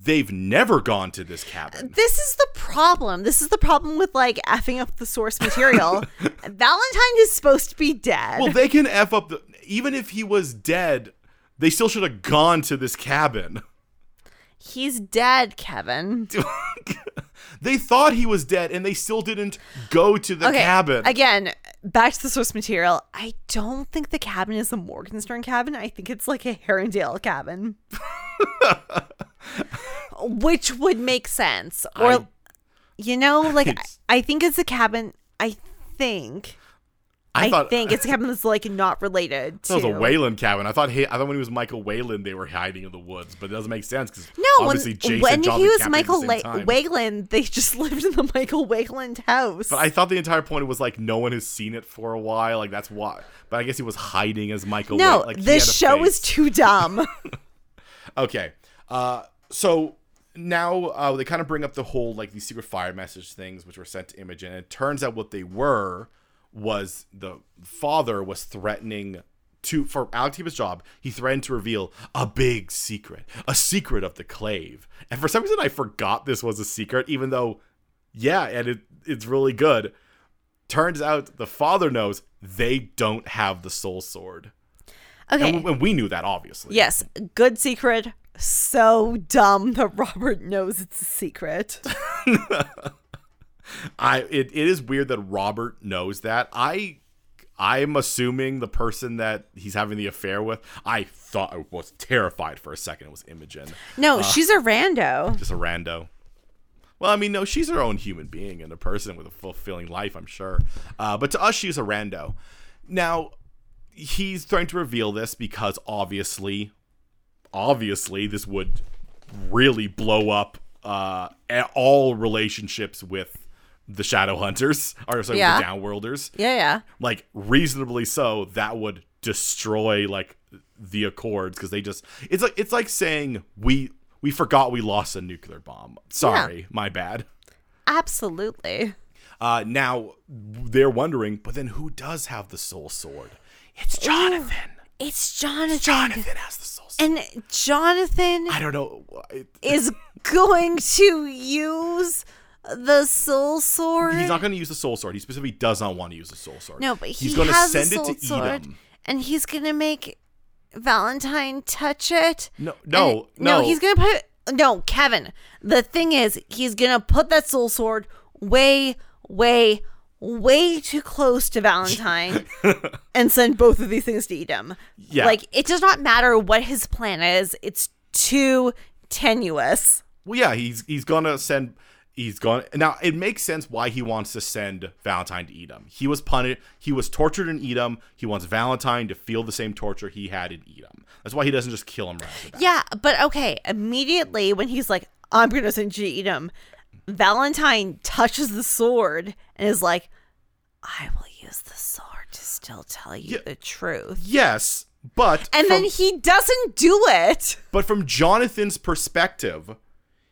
Speaker 1: they've never gone to this cabin.
Speaker 2: this is the problem. This is the problem with like effing up the source
Speaker 1: [laughs]
Speaker 2: material. Valentine is supposed to be dead.
Speaker 1: Well, they can f up the even if he was dead, they still should have gone to this cabin.
Speaker 2: He's dead, Kevin.
Speaker 1: They thought he was dead, and they still didn't go to the
Speaker 2: Okay.
Speaker 1: cabin.
Speaker 2: Again, back to the source material. I don't think the cabin is the Morgenstern cabin. I think it's like a Herondale
Speaker 1: [laughs]
Speaker 2: cabin. Which would make sense. Or
Speaker 1: I-
Speaker 2: you know, like
Speaker 1: It's-
Speaker 2: I think it's a cabin I think I, think it's a cabin that's like not related
Speaker 1: [laughs]
Speaker 2: to
Speaker 1: That was a Wayland cabin. I thought he, I thought when he was Michael Wayland, they were hiding in the woods, but it doesn't make sense because
Speaker 2: No, when,
Speaker 1: obviously Jason
Speaker 2: when he
Speaker 1: Jonathan
Speaker 2: was
Speaker 1: cabin at the
Speaker 2: Michael
Speaker 1: same
Speaker 2: La-
Speaker 1: time.
Speaker 2: Wagland, they just [laughs] lived in the Michael Wagland house.
Speaker 1: But I thought the entire point was like no one has seen it for a while, like that's why. But I guess he was hiding as Michael.
Speaker 2: no,
Speaker 1: Wayne, like, he had
Speaker 2: this
Speaker 1: a
Speaker 2: show
Speaker 1: face.
Speaker 2: is
Speaker 1: [laughs]
Speaker 2: too dumb.
Speaker 1: okay. Uh, so now uh, they kind of bring up the whole like these secret fire message things, which were sent to Imogen. It turns out what they were was the father was threatening to for Alex to keep his job. He threatened to reveal a big secret, a secret of the Clave. And for some reason, I forgot this was a secret, even though yeah, and it it's really good. Turns out the father knows they don't have the soul sword.
Speaker 2: Okay.
Speaker 1: And, w- and we knew that obviously.
Speaker 2: yes, good secret. So dumb that Robert knows it's a secret.
Speaker 1: I it, it is weird that Robert knows that. I I'm assuming the person that he's having the affair with. I thought I was terrified for a second. It was Imogen, [laughs]
Speaker 2: No, she's a rando.
Speaker 1: just a rando. Well, I mean, no, she's her own human being and a person with a fulfilling life, I'm sure. Uh, but to us, she's a rando. Now, he's trying to reveal this because obviously, obviously, this would really blow up uh, a- all relationships with the Shadow Hunters, or sorry,
Speaker 2: Yeah.
Speaker 1: the Downworlders
Speaker 2: Yeah, yeah.
Speaker 1: like reasonably so that would destroy like the accords because they just it's like it's like saying we we forgot we lost a nuclear bomb sorry my bad
Speaker 2: Absolutely.
Speaker 1: uh now they're wondering but then who does have the soul sword it's jonathan
Speaker 2: It's Jonathan.
Speaker 1: jonathan has the soul sword
Speaker 2: And Jonathan
Speaker 1: i don't know it-
Speaker 2: is going to use the soul sword.
Speaker 1: he's not going to use the soul sword he specifically does not want to use the soul sword
Speaker 2: No, but he
Speaker 1: he's gonna
Speaker 2: has
Speaker 1: send
Speaker 2: a
Speaker 1: it
Speaker 2: soul
Speaker 1: to
Speaker 2: sword,
Speaker 1: edom
Speaker 2: and he's gonna make Valentine touch it.
Speaker 1: no
Speaker 2: And-
Speaker 1: no no,
Speaker 2: He's gonna put no Kevin. The thing is, he's gonna put that soul sword way, way, way too close
Speaker 1: [laughs]
Speaker 2: to Valentine and send both of these things to Edom.
Speaker 1: Yeah.
Speaker 2: Like it does not matter what his plan is, it's too tenuous.
Speaker 1: Well, yeah, he's he's gonna send. He's gone now. It makes sense why he wants to send Valentine to Edom. He was punished. He was tortured in Edom. He wants Valentine to feel the same torture he had in Edom. That's why he doesn't just kill him right. off the bat.
Speaker 2: Yeah, but okay, immediately when he's like, I'm gonna send you to Edom, Valentine touches the sword and is like, I will use the sword to still tell you
Speaker 1: Yeah.
Speaker 2: the truth.
Speaker 1: Yes, but
Speaker 2: And
Speaker 1: from-
Speaker 2: then he doesn't do it.
Speaker 1: But from Jonathan's perspective,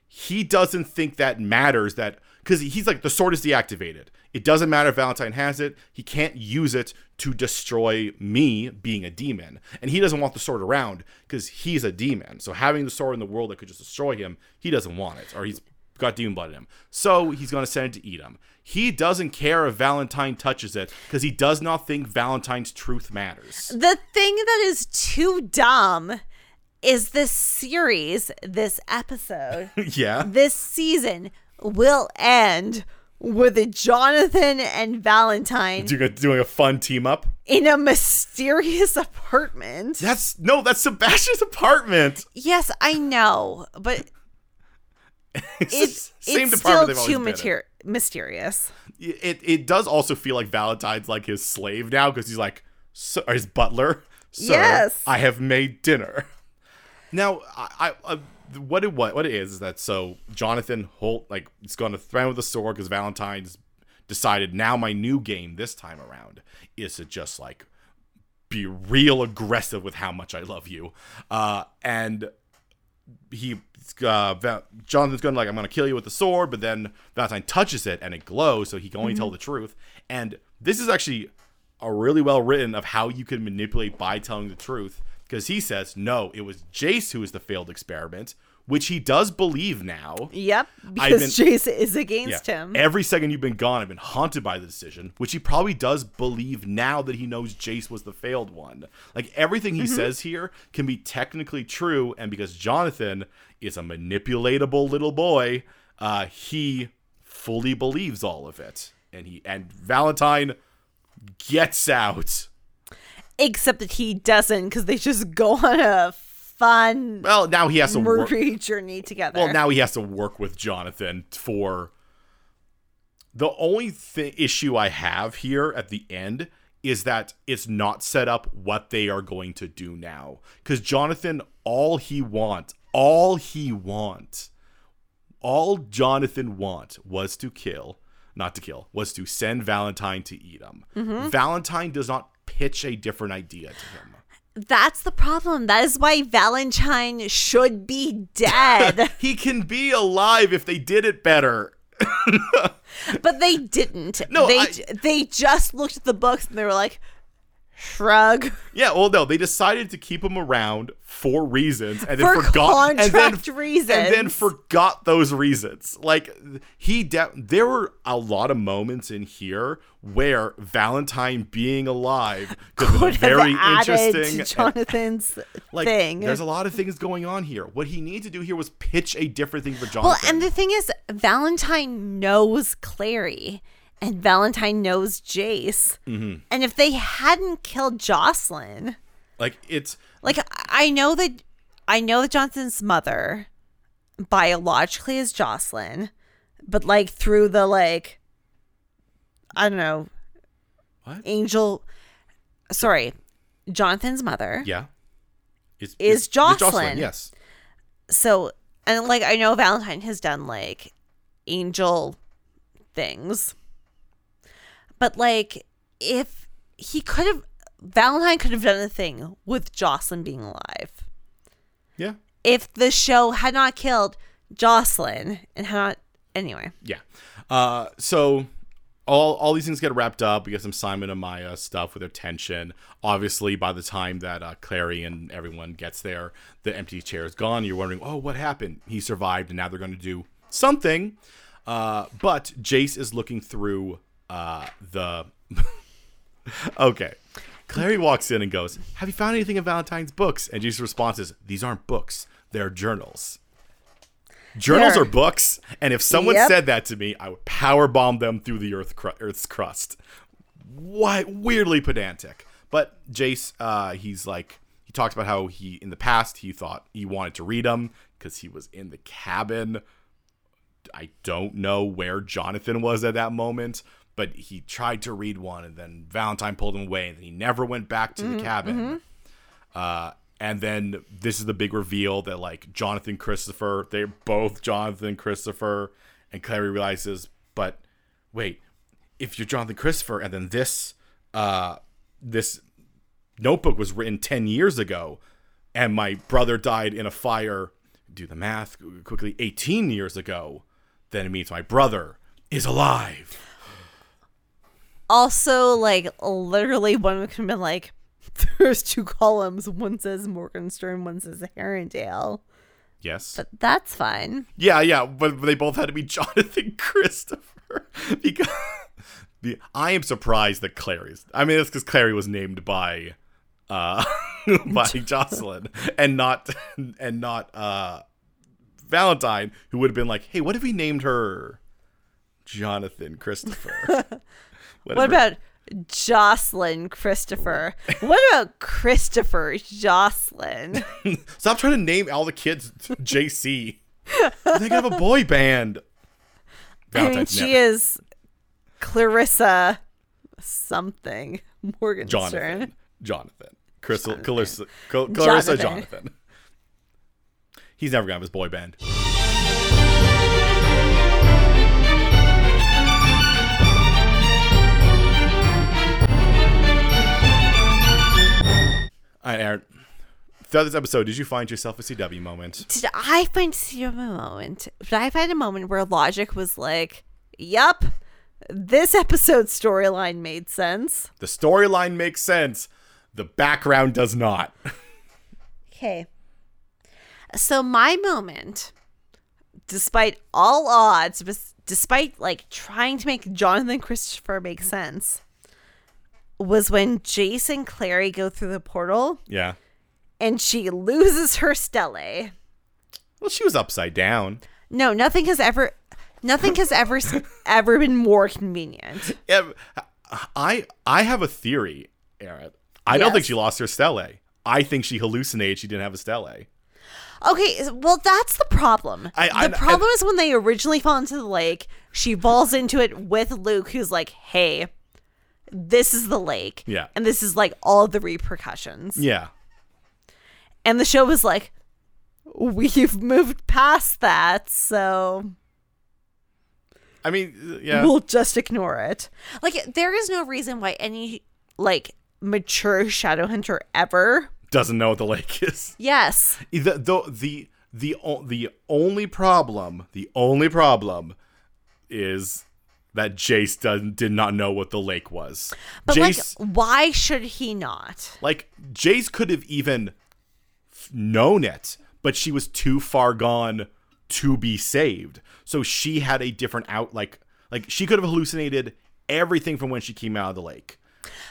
Speaker 1: he doesn't think that matters that because he's like the sword is deactivated. It doesn't matter if Valentine has it. He can't use it to destroy me being a demon. And he doesn't want the sword around because he's a demon. So having the sword in the world that could just destroy him, he doesn't want it. Or he's got demon blood in him. So he's gonna send it to Edom. He doesn't care if Valentine touches it because he does not think Valentine's truth matters. [laughs]
Speaker 2: The thing that is too dumb is this series, this
Speaker 1: [laughs]
Speaker 2: episode,
Speaker 1: yeah.
Speaker 2: this season will end with a Jonathan and Valentine
Speaker 1: Doing a, doing a fun team up.
Speaker 2: in a mysterious [laughs] apartment.
Speaker 1: That's no, that's Sebastian's apartment.
Speaker 2: Yes, I know,
Speaker 1: [laughs]
Speaker 2: but it's,
Speaker 1: Same department
Speaker 2: it's still
Speaker 1: they've always
Speaker 2: too
Speaker 1: been in.
Speaker 2: materi- mysterious.
Speaker 1: It it does also feel like Valentine's like his slave now because he's like "Sir," or his butler. Sir,
Speaker 2: Yes.
Speaker 1: I have made dinner. Now, I, I, I what it what what it is is that so Jonathan Holt like is going to threaten with a sword because Valentine's decided now my new game this time around is to just like be real aggressive with how much I love you, uh, and he uh, Va- Jonathan's gonna like I'm gonna kill you with the sword, but then Valentine touches it and it glows, so he can only tell the truth. And this is actually a really well written of how you can manipulate by telling the truth because he says no, it was Jace who was the failed experiment, which he does believe now.
Speaker 2: Yep, because
Speaker 1: been-
Speaker 2: Jason is against
Speaker 1: Yeah. Eh.
Speaker 2: him.
Speaker 1: Every second you've been gone, I've been haunted by the decision, which he probably does believe now that he knows Jace was the failed one. Like everything
Speaker 2: Mm-hmm.
Speaker 1: he says here can be technically true, and because Jonathan is a manipulatable little boy, uh, he fully believes all of it, and he and Valentine gets out.
Speaker 2: Except that he doesn't, because they just go on a fun
Speaker 1: Well, now he has to work.
Speaker 2: murder journey together.
Speaker 1: Well, now he has to work with Jonathan for the only th- issue I have here at the end is that it's not set up what they are going to do now cuz Jonathan all he wants, all he wants, all Jonathan want was to kill, not to kill, was to send Valentine to Edom. Valentine does not pitch a different idea to him.
Speaker 2: That's the problem. That is why Valentine should be
Speaker 1: [laughs]
Speaker 2: dead.
Speaker 1: He can be alive if they did it better.
Speaker 2: but they didn't.
Speaker 1: No,
Speaker 2: they
Speaker 1: I-
Speaker 2: they just looked at the books and they were like, shrug.
Speaker 1: Yeah, well, no, they decided to keep him around for reasons, and then
Speaker 2: For
Speaker 1: forgot, and then
Speaker 2: contract reasons.
Speaker 1: and then forgot those reasons. Like he, de- there were a lot of moments in here where Valentine being
Speaker 2: [laughs]
Speaker 1: alive could have been
Speaker 2: Would
Speaker 1: a very
Speaker 2: have added
Speaker 1: interesting.
Speaker 2: to
Speaker 1: and-
Speaker 2: Jonathan's
Speaker 1: like,
Speaker 2: thing.
Speaker 1: there's a lot of things going on here. What he needed to do here was pitch a different thing for Jonathan.
Speaker 2: well, and the thing is, Valentine knows Clary, and Valentine knows Jace. And if they hadn't killed Jocelyn,
Speaker 1: like it's
Speaker 2: like I- I know that I know that Johnson's mother biologically is Jocelyn, but like through the like I don't know
Speaker 1: What?
Speaker 2: angel sorry, Jonathan's mother.
Speaker 1: yeah, it's,
Speaker 2: Is
Speaker 1: it's- it's
Speaker 2: Jocelyn.
Speaker 1: Yes,
Speaker 2: So and like I know Valentine has done like angel things. But like if he could have Valentine could have done a thing with Jocelyn being alive.
Speaker 1: yeah,
Speaker 2: if the show had not killed Jocelyn and had not anyway.
Speaker 1: Yeah. Uh, so all all these things get wrapped up. We get some Simon and Maya stuff with their tension. Obviously, by the time that uh, Clary and everyone gets there, the empty chair is gone. You're wondering, oh, what happened? He survived, and now they're going to do something. Uh, but Jace is looking through uh, the. [laughs] okay. Clary walks in and goes, Have you found anything in Valentine's books? And Jace's response is, These aren't books, they're journals. Journals
Speaker 2: There.
Speaker 1: are books, and if someone
Speaker 2: Yep.
Speaker 1: said that to me, I would power bomb them through the earth cru- Earth's crust. Why? Weirdly pedantic. But Jace, uh, he's like he talks about how he in the past he thought he wanted to read them because he was in the cabin. I don't know where Jonathan was at that moment, but he tried to read one, and then Valentine pulled him away, and then he never went back to the cabin. Uh, and then this is the big reveal that like Jonathan Christopher, they're both Jonathan Christopher, and Clary realizes, but wait, if you're Jonathan Christopher, and then this, uh, this notebook was written ten years ago, and my brother died in a fire. Do the math quickly. Eighteen years ago, then it means my brother is alive.
Speaker 2: Also, like literally, one could have been like, "There's two columns. One says Morgenstern. One says Herondale."
Speaker 1: Yes.
Speaker 2: But that's fine.
Speaker 1: Yeah, yeah, but they both had to be [laughs] Jonathan Christopher because the I am surprised that Clary's. I mean, that's because Clary was named by uh [laughs]
Speaker 2: [laughs]
Speaker 1: by Jocelyn and not and not uh Valentine, who would have been like, "Hey, what if we named her Jonathan
Speaker 2: [laughs]
Speaker 1: Christopher?" if
Speaker 2: What
Speaker 1: her-
Speaker 2: about Jocelyn Christopher? What about Christopher Jocelyn?
Speaker 1: Stop trying to name all the kids JC. they could have a boy band.
Speaker 2: I mean,
Speaker 1: Valentine's
Speaker 2: she
Speaker 1: never-
Speaker 2: is Clarissa something Morgenstern.
Speaker 1: Jonathan. Jonathan. Crystal, Clarissa, Cl- Clarissa
Speaker 2: Jonathan.
Speaker 1: Jonathan. He's never gonna have his boy band. All right, Aaron. Throughout this episode, did you find yourself a CW moment?
Speaker 2: Did I find zero moment? Did I find a moment where logic was like, "Yup, this episode storyline made sense."
Speaker 1: The storyline makes sense. The background does not.
Speaker 2: Okay. So my moment, despite all odds, bes- despite like trying to make Jonathan Christopher make sense, was when Jace and Clary go through the portal
Speaker 1: Yeah.
Speaker 2: and she loses her stele.
Speaker 1: Well, she was upside down.
Speaker 2: No, nothing has ever, nothing has ever s- ever been more convenient.
Speaker 1: Yeah, I I have a theory, Aaron. I don't
Speaker 2: Yes.
Speaker 1: think she lost her stele. I think she hallucinated she didn't have a stele.
Speaker 2: Okay, s- well that's the problem.
Speaker 1: I- I-
Speaker 2: the problem is when they originally fall into the lake, she falls into it with Luke, who's like, "Hey, this is the lake,
Speaker 1: Yeah.
Speaker 2: and this is like all the repercussions."
Speaker 1: Yeah.
Speaker 2: And the show was like, "We've moved past that, so
Speaker 1: I mean, yeah.
Speaker 2: we'll just ignore it." Like, there is no reason why any like mature Shadowhunter ever.
Speaker 1: Doesn't know what the lake is.
Speaker 2: Yes,
Speaker 1: The, the the the o- the only problem, the only problem is that Jace doesn't did not know what the lake was.
Speaker 2: but
Speaker 1: Jace
Speaker 2: like, why should he not?
Speaker 1: Like Jace could have even f- known it, but she was too far gone to be saved. So she had a different out like like she could have hallucinated everything from when she came out of the lake.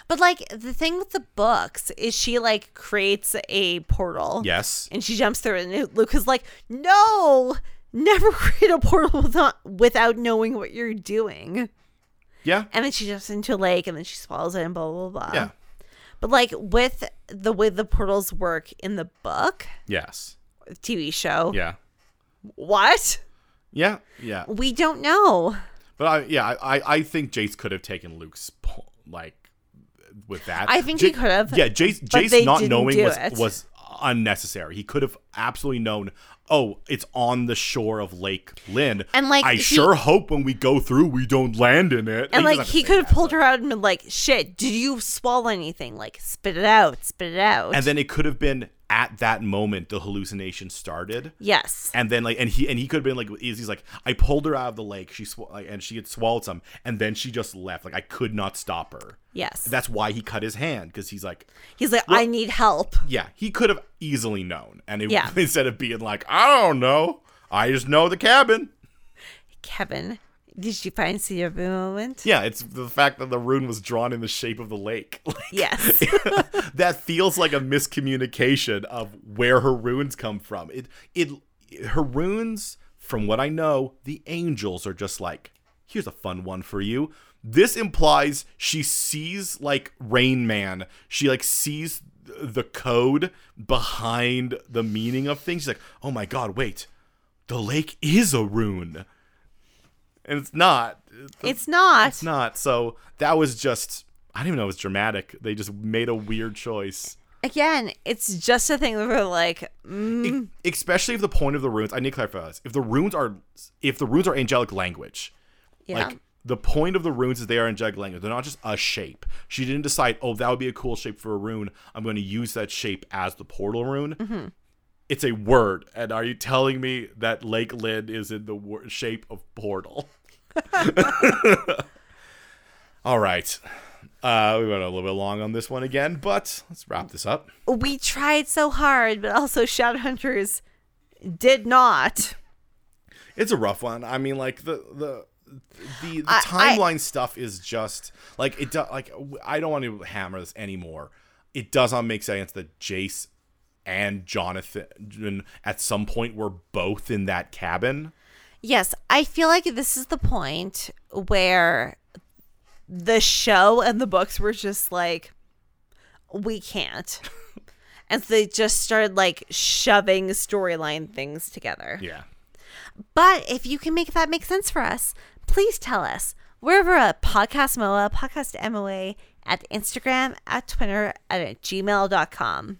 Speaker 2: But like the thing with the books is she like creates a portal.
Speaker 1: Yes.
Speaker 2: And she jumps through it and Luke is like, "No, never [laughs] create a portal without, without knowing what you're doing."
Speaker 1: Yeah.
Speaker 2: And um, then she jumps into a lake and then she swallows it and blah blah blah.
Speaker 1: Yeah.
Speaker 2: But like with the way the portals work in the book,
Speaker 1: Yes.
Speaker 2: TV show,
Speaker 1: Yeah.
Speaker 2: what?
Speaker 1: Yeah. Yeah.
Speaker 2: We don't know.
Speaker 1: But I yeah, I I- I think Jace could have taken Luke's po- like with that.
Speaker 2: I think he could have,
Speaker 1: Yeah, Jace
Speaker 2: but
Speaker 1: Jace
Speaker 2: they
Speaker 1: not
Speaker 2: didn't
Speaker 1: knowing
Speaker 2: do
Speaker 1: was
Speaker 2: it.
Speaker 1: was unnecessary. He could have absolutely known, "Oh, it's on the shore of Lake Lynn."
Speaker 2: And, like,
Speaker 1: I
Speaker 2: he-
Speaker 1: sure hope when we go through we don't land in it.
Speaker 2: And
Speaker 1: doesn't
Speaker 2: like
Speaker 1: to
Speaker 2: he
Speaker 1: say
Speaker 2: could have
Speaker 1: that,
Speaker 2: pulled
Speaker 1: but-
Speaker 2: her out and been like, "Shit, did you swallow anything? Like spit it out, spit it out."
Speaker 1: And then it could have been at that moment the hallucination started.
Speaker 2: yes.
Speaker 1: And then like and he and he could have been like he's he's like I pulled her out of the lake she sw- like, and she had swallowed some and then she just left like I could not stop her.
Speaker 2: Yes.
Speaker 1: That's why he cut his hand because he's like
Speaker 2: He's like, I need help.
Speaker 1: Yeah, he could have easily known, and it,
Speaker 2: Yeah.
Speaker 1: [laughs] instead of being like, "I don't know, I just know the cabin."
Speaker 2: Kevin, did you find your moment?
Speaker 1: Yeah, it's the fact that the rune was drawn in the shape of the lake.
Speaker 2: [laughs]
Speaker 1: [laughs]
Speaker 2: Yes.
Speaker 1: that feels like a miscommunication of where her runes come from. It, it, her runes From what I know, the angels are just like, here's a fun one for you. This implies she sees like Rain Man. She like sees th- the code behind the meaning of things. She's like, oh my god, wait, the lake is a rune. And it's not.
Speaker 2: It's not.
Speaker 1: It's not. So that was just I don't even know it was dramatic. They just made a weird choice.
Speaker 2: Again, it's just a thing where we're like, mm,
Speaker 1: E- especially if the point of the runes I need to clarify this. If the runes are if the runes are angelic language.
Speaker 2: yeah.
Speaker 1: Like the point of the runes is they are angelic language. They're not just a shape. She didn't decide, oh, that would be a cool shape for a rune. I'm going to use that shape as the portal rune. It's a word. And are you telling me that Lake Lynn is in the wor- shape of portal? [laughs] All right. Uh, we went a little bit long on this one again, but let's wrap this up.
Speaker 2: we tried so hard, but also Shadowhunters did not.
Speaker 1: It's a rough one. I mean, like the the the, the
Speaker 2: I- I-
Speaker 1: timeline stuff is just like it. Do, like I don't want to hammer this anymore. It does not make sense that Jace and Jonathan at some point were both in that cabin.
Speaker 2: Yes, I feel like this is the point where the show and the books were just like, we
Speaker 1: [laughs]
Speaker 2: can't. and so they just started like shoving storyline things together.
Speaker 1: Yeah.
Speaker 2: But if you can make that make sense for us, please tell us. We're over at Podcast MOA, Podcast MOA, at Instagram, at Twitter, and at gmail.com.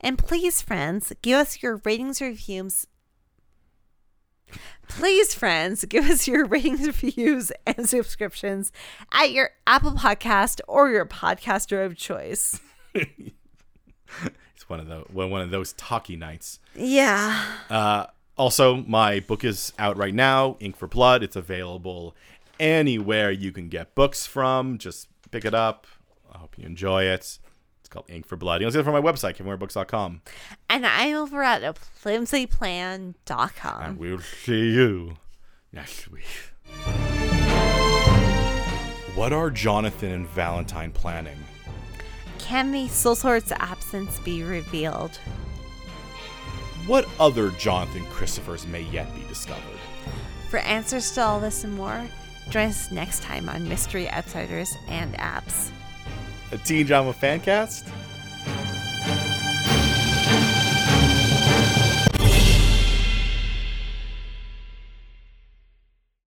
Speaker 2: And please, friends, give us your ratings, reviews. Please, friends, give us your [laughs] ratings, reviews, and subscriptions at your Apple Podcast or your podcaster of choice.
Speaker 1: It's one of the one one of those talkie nights.
Speaker 2: Yeah.
Speaker 1: Uh, also, my book is out right now, Ink for Blood. It's available anywhere you can get books from. Just pick it up. I hope you enjoy it. It's called Ink for Blood. You can see it from my website, kimwarebooks.com.
Speaker 2: And I'm over at a flimsyplan.com.
Speaker 1: And we'll see you next week. What are Jonathan and Valentine planning?
Speaker 2: Can the soul sword's absence be revealed?
Speaker 1: What other Jonathan Christophers may yet be discovered?
Speaker 2: For answers to all this and more, join us next time on Mystery Outsiders and Apps.
Speaker 1: A Teen Drama Fancast?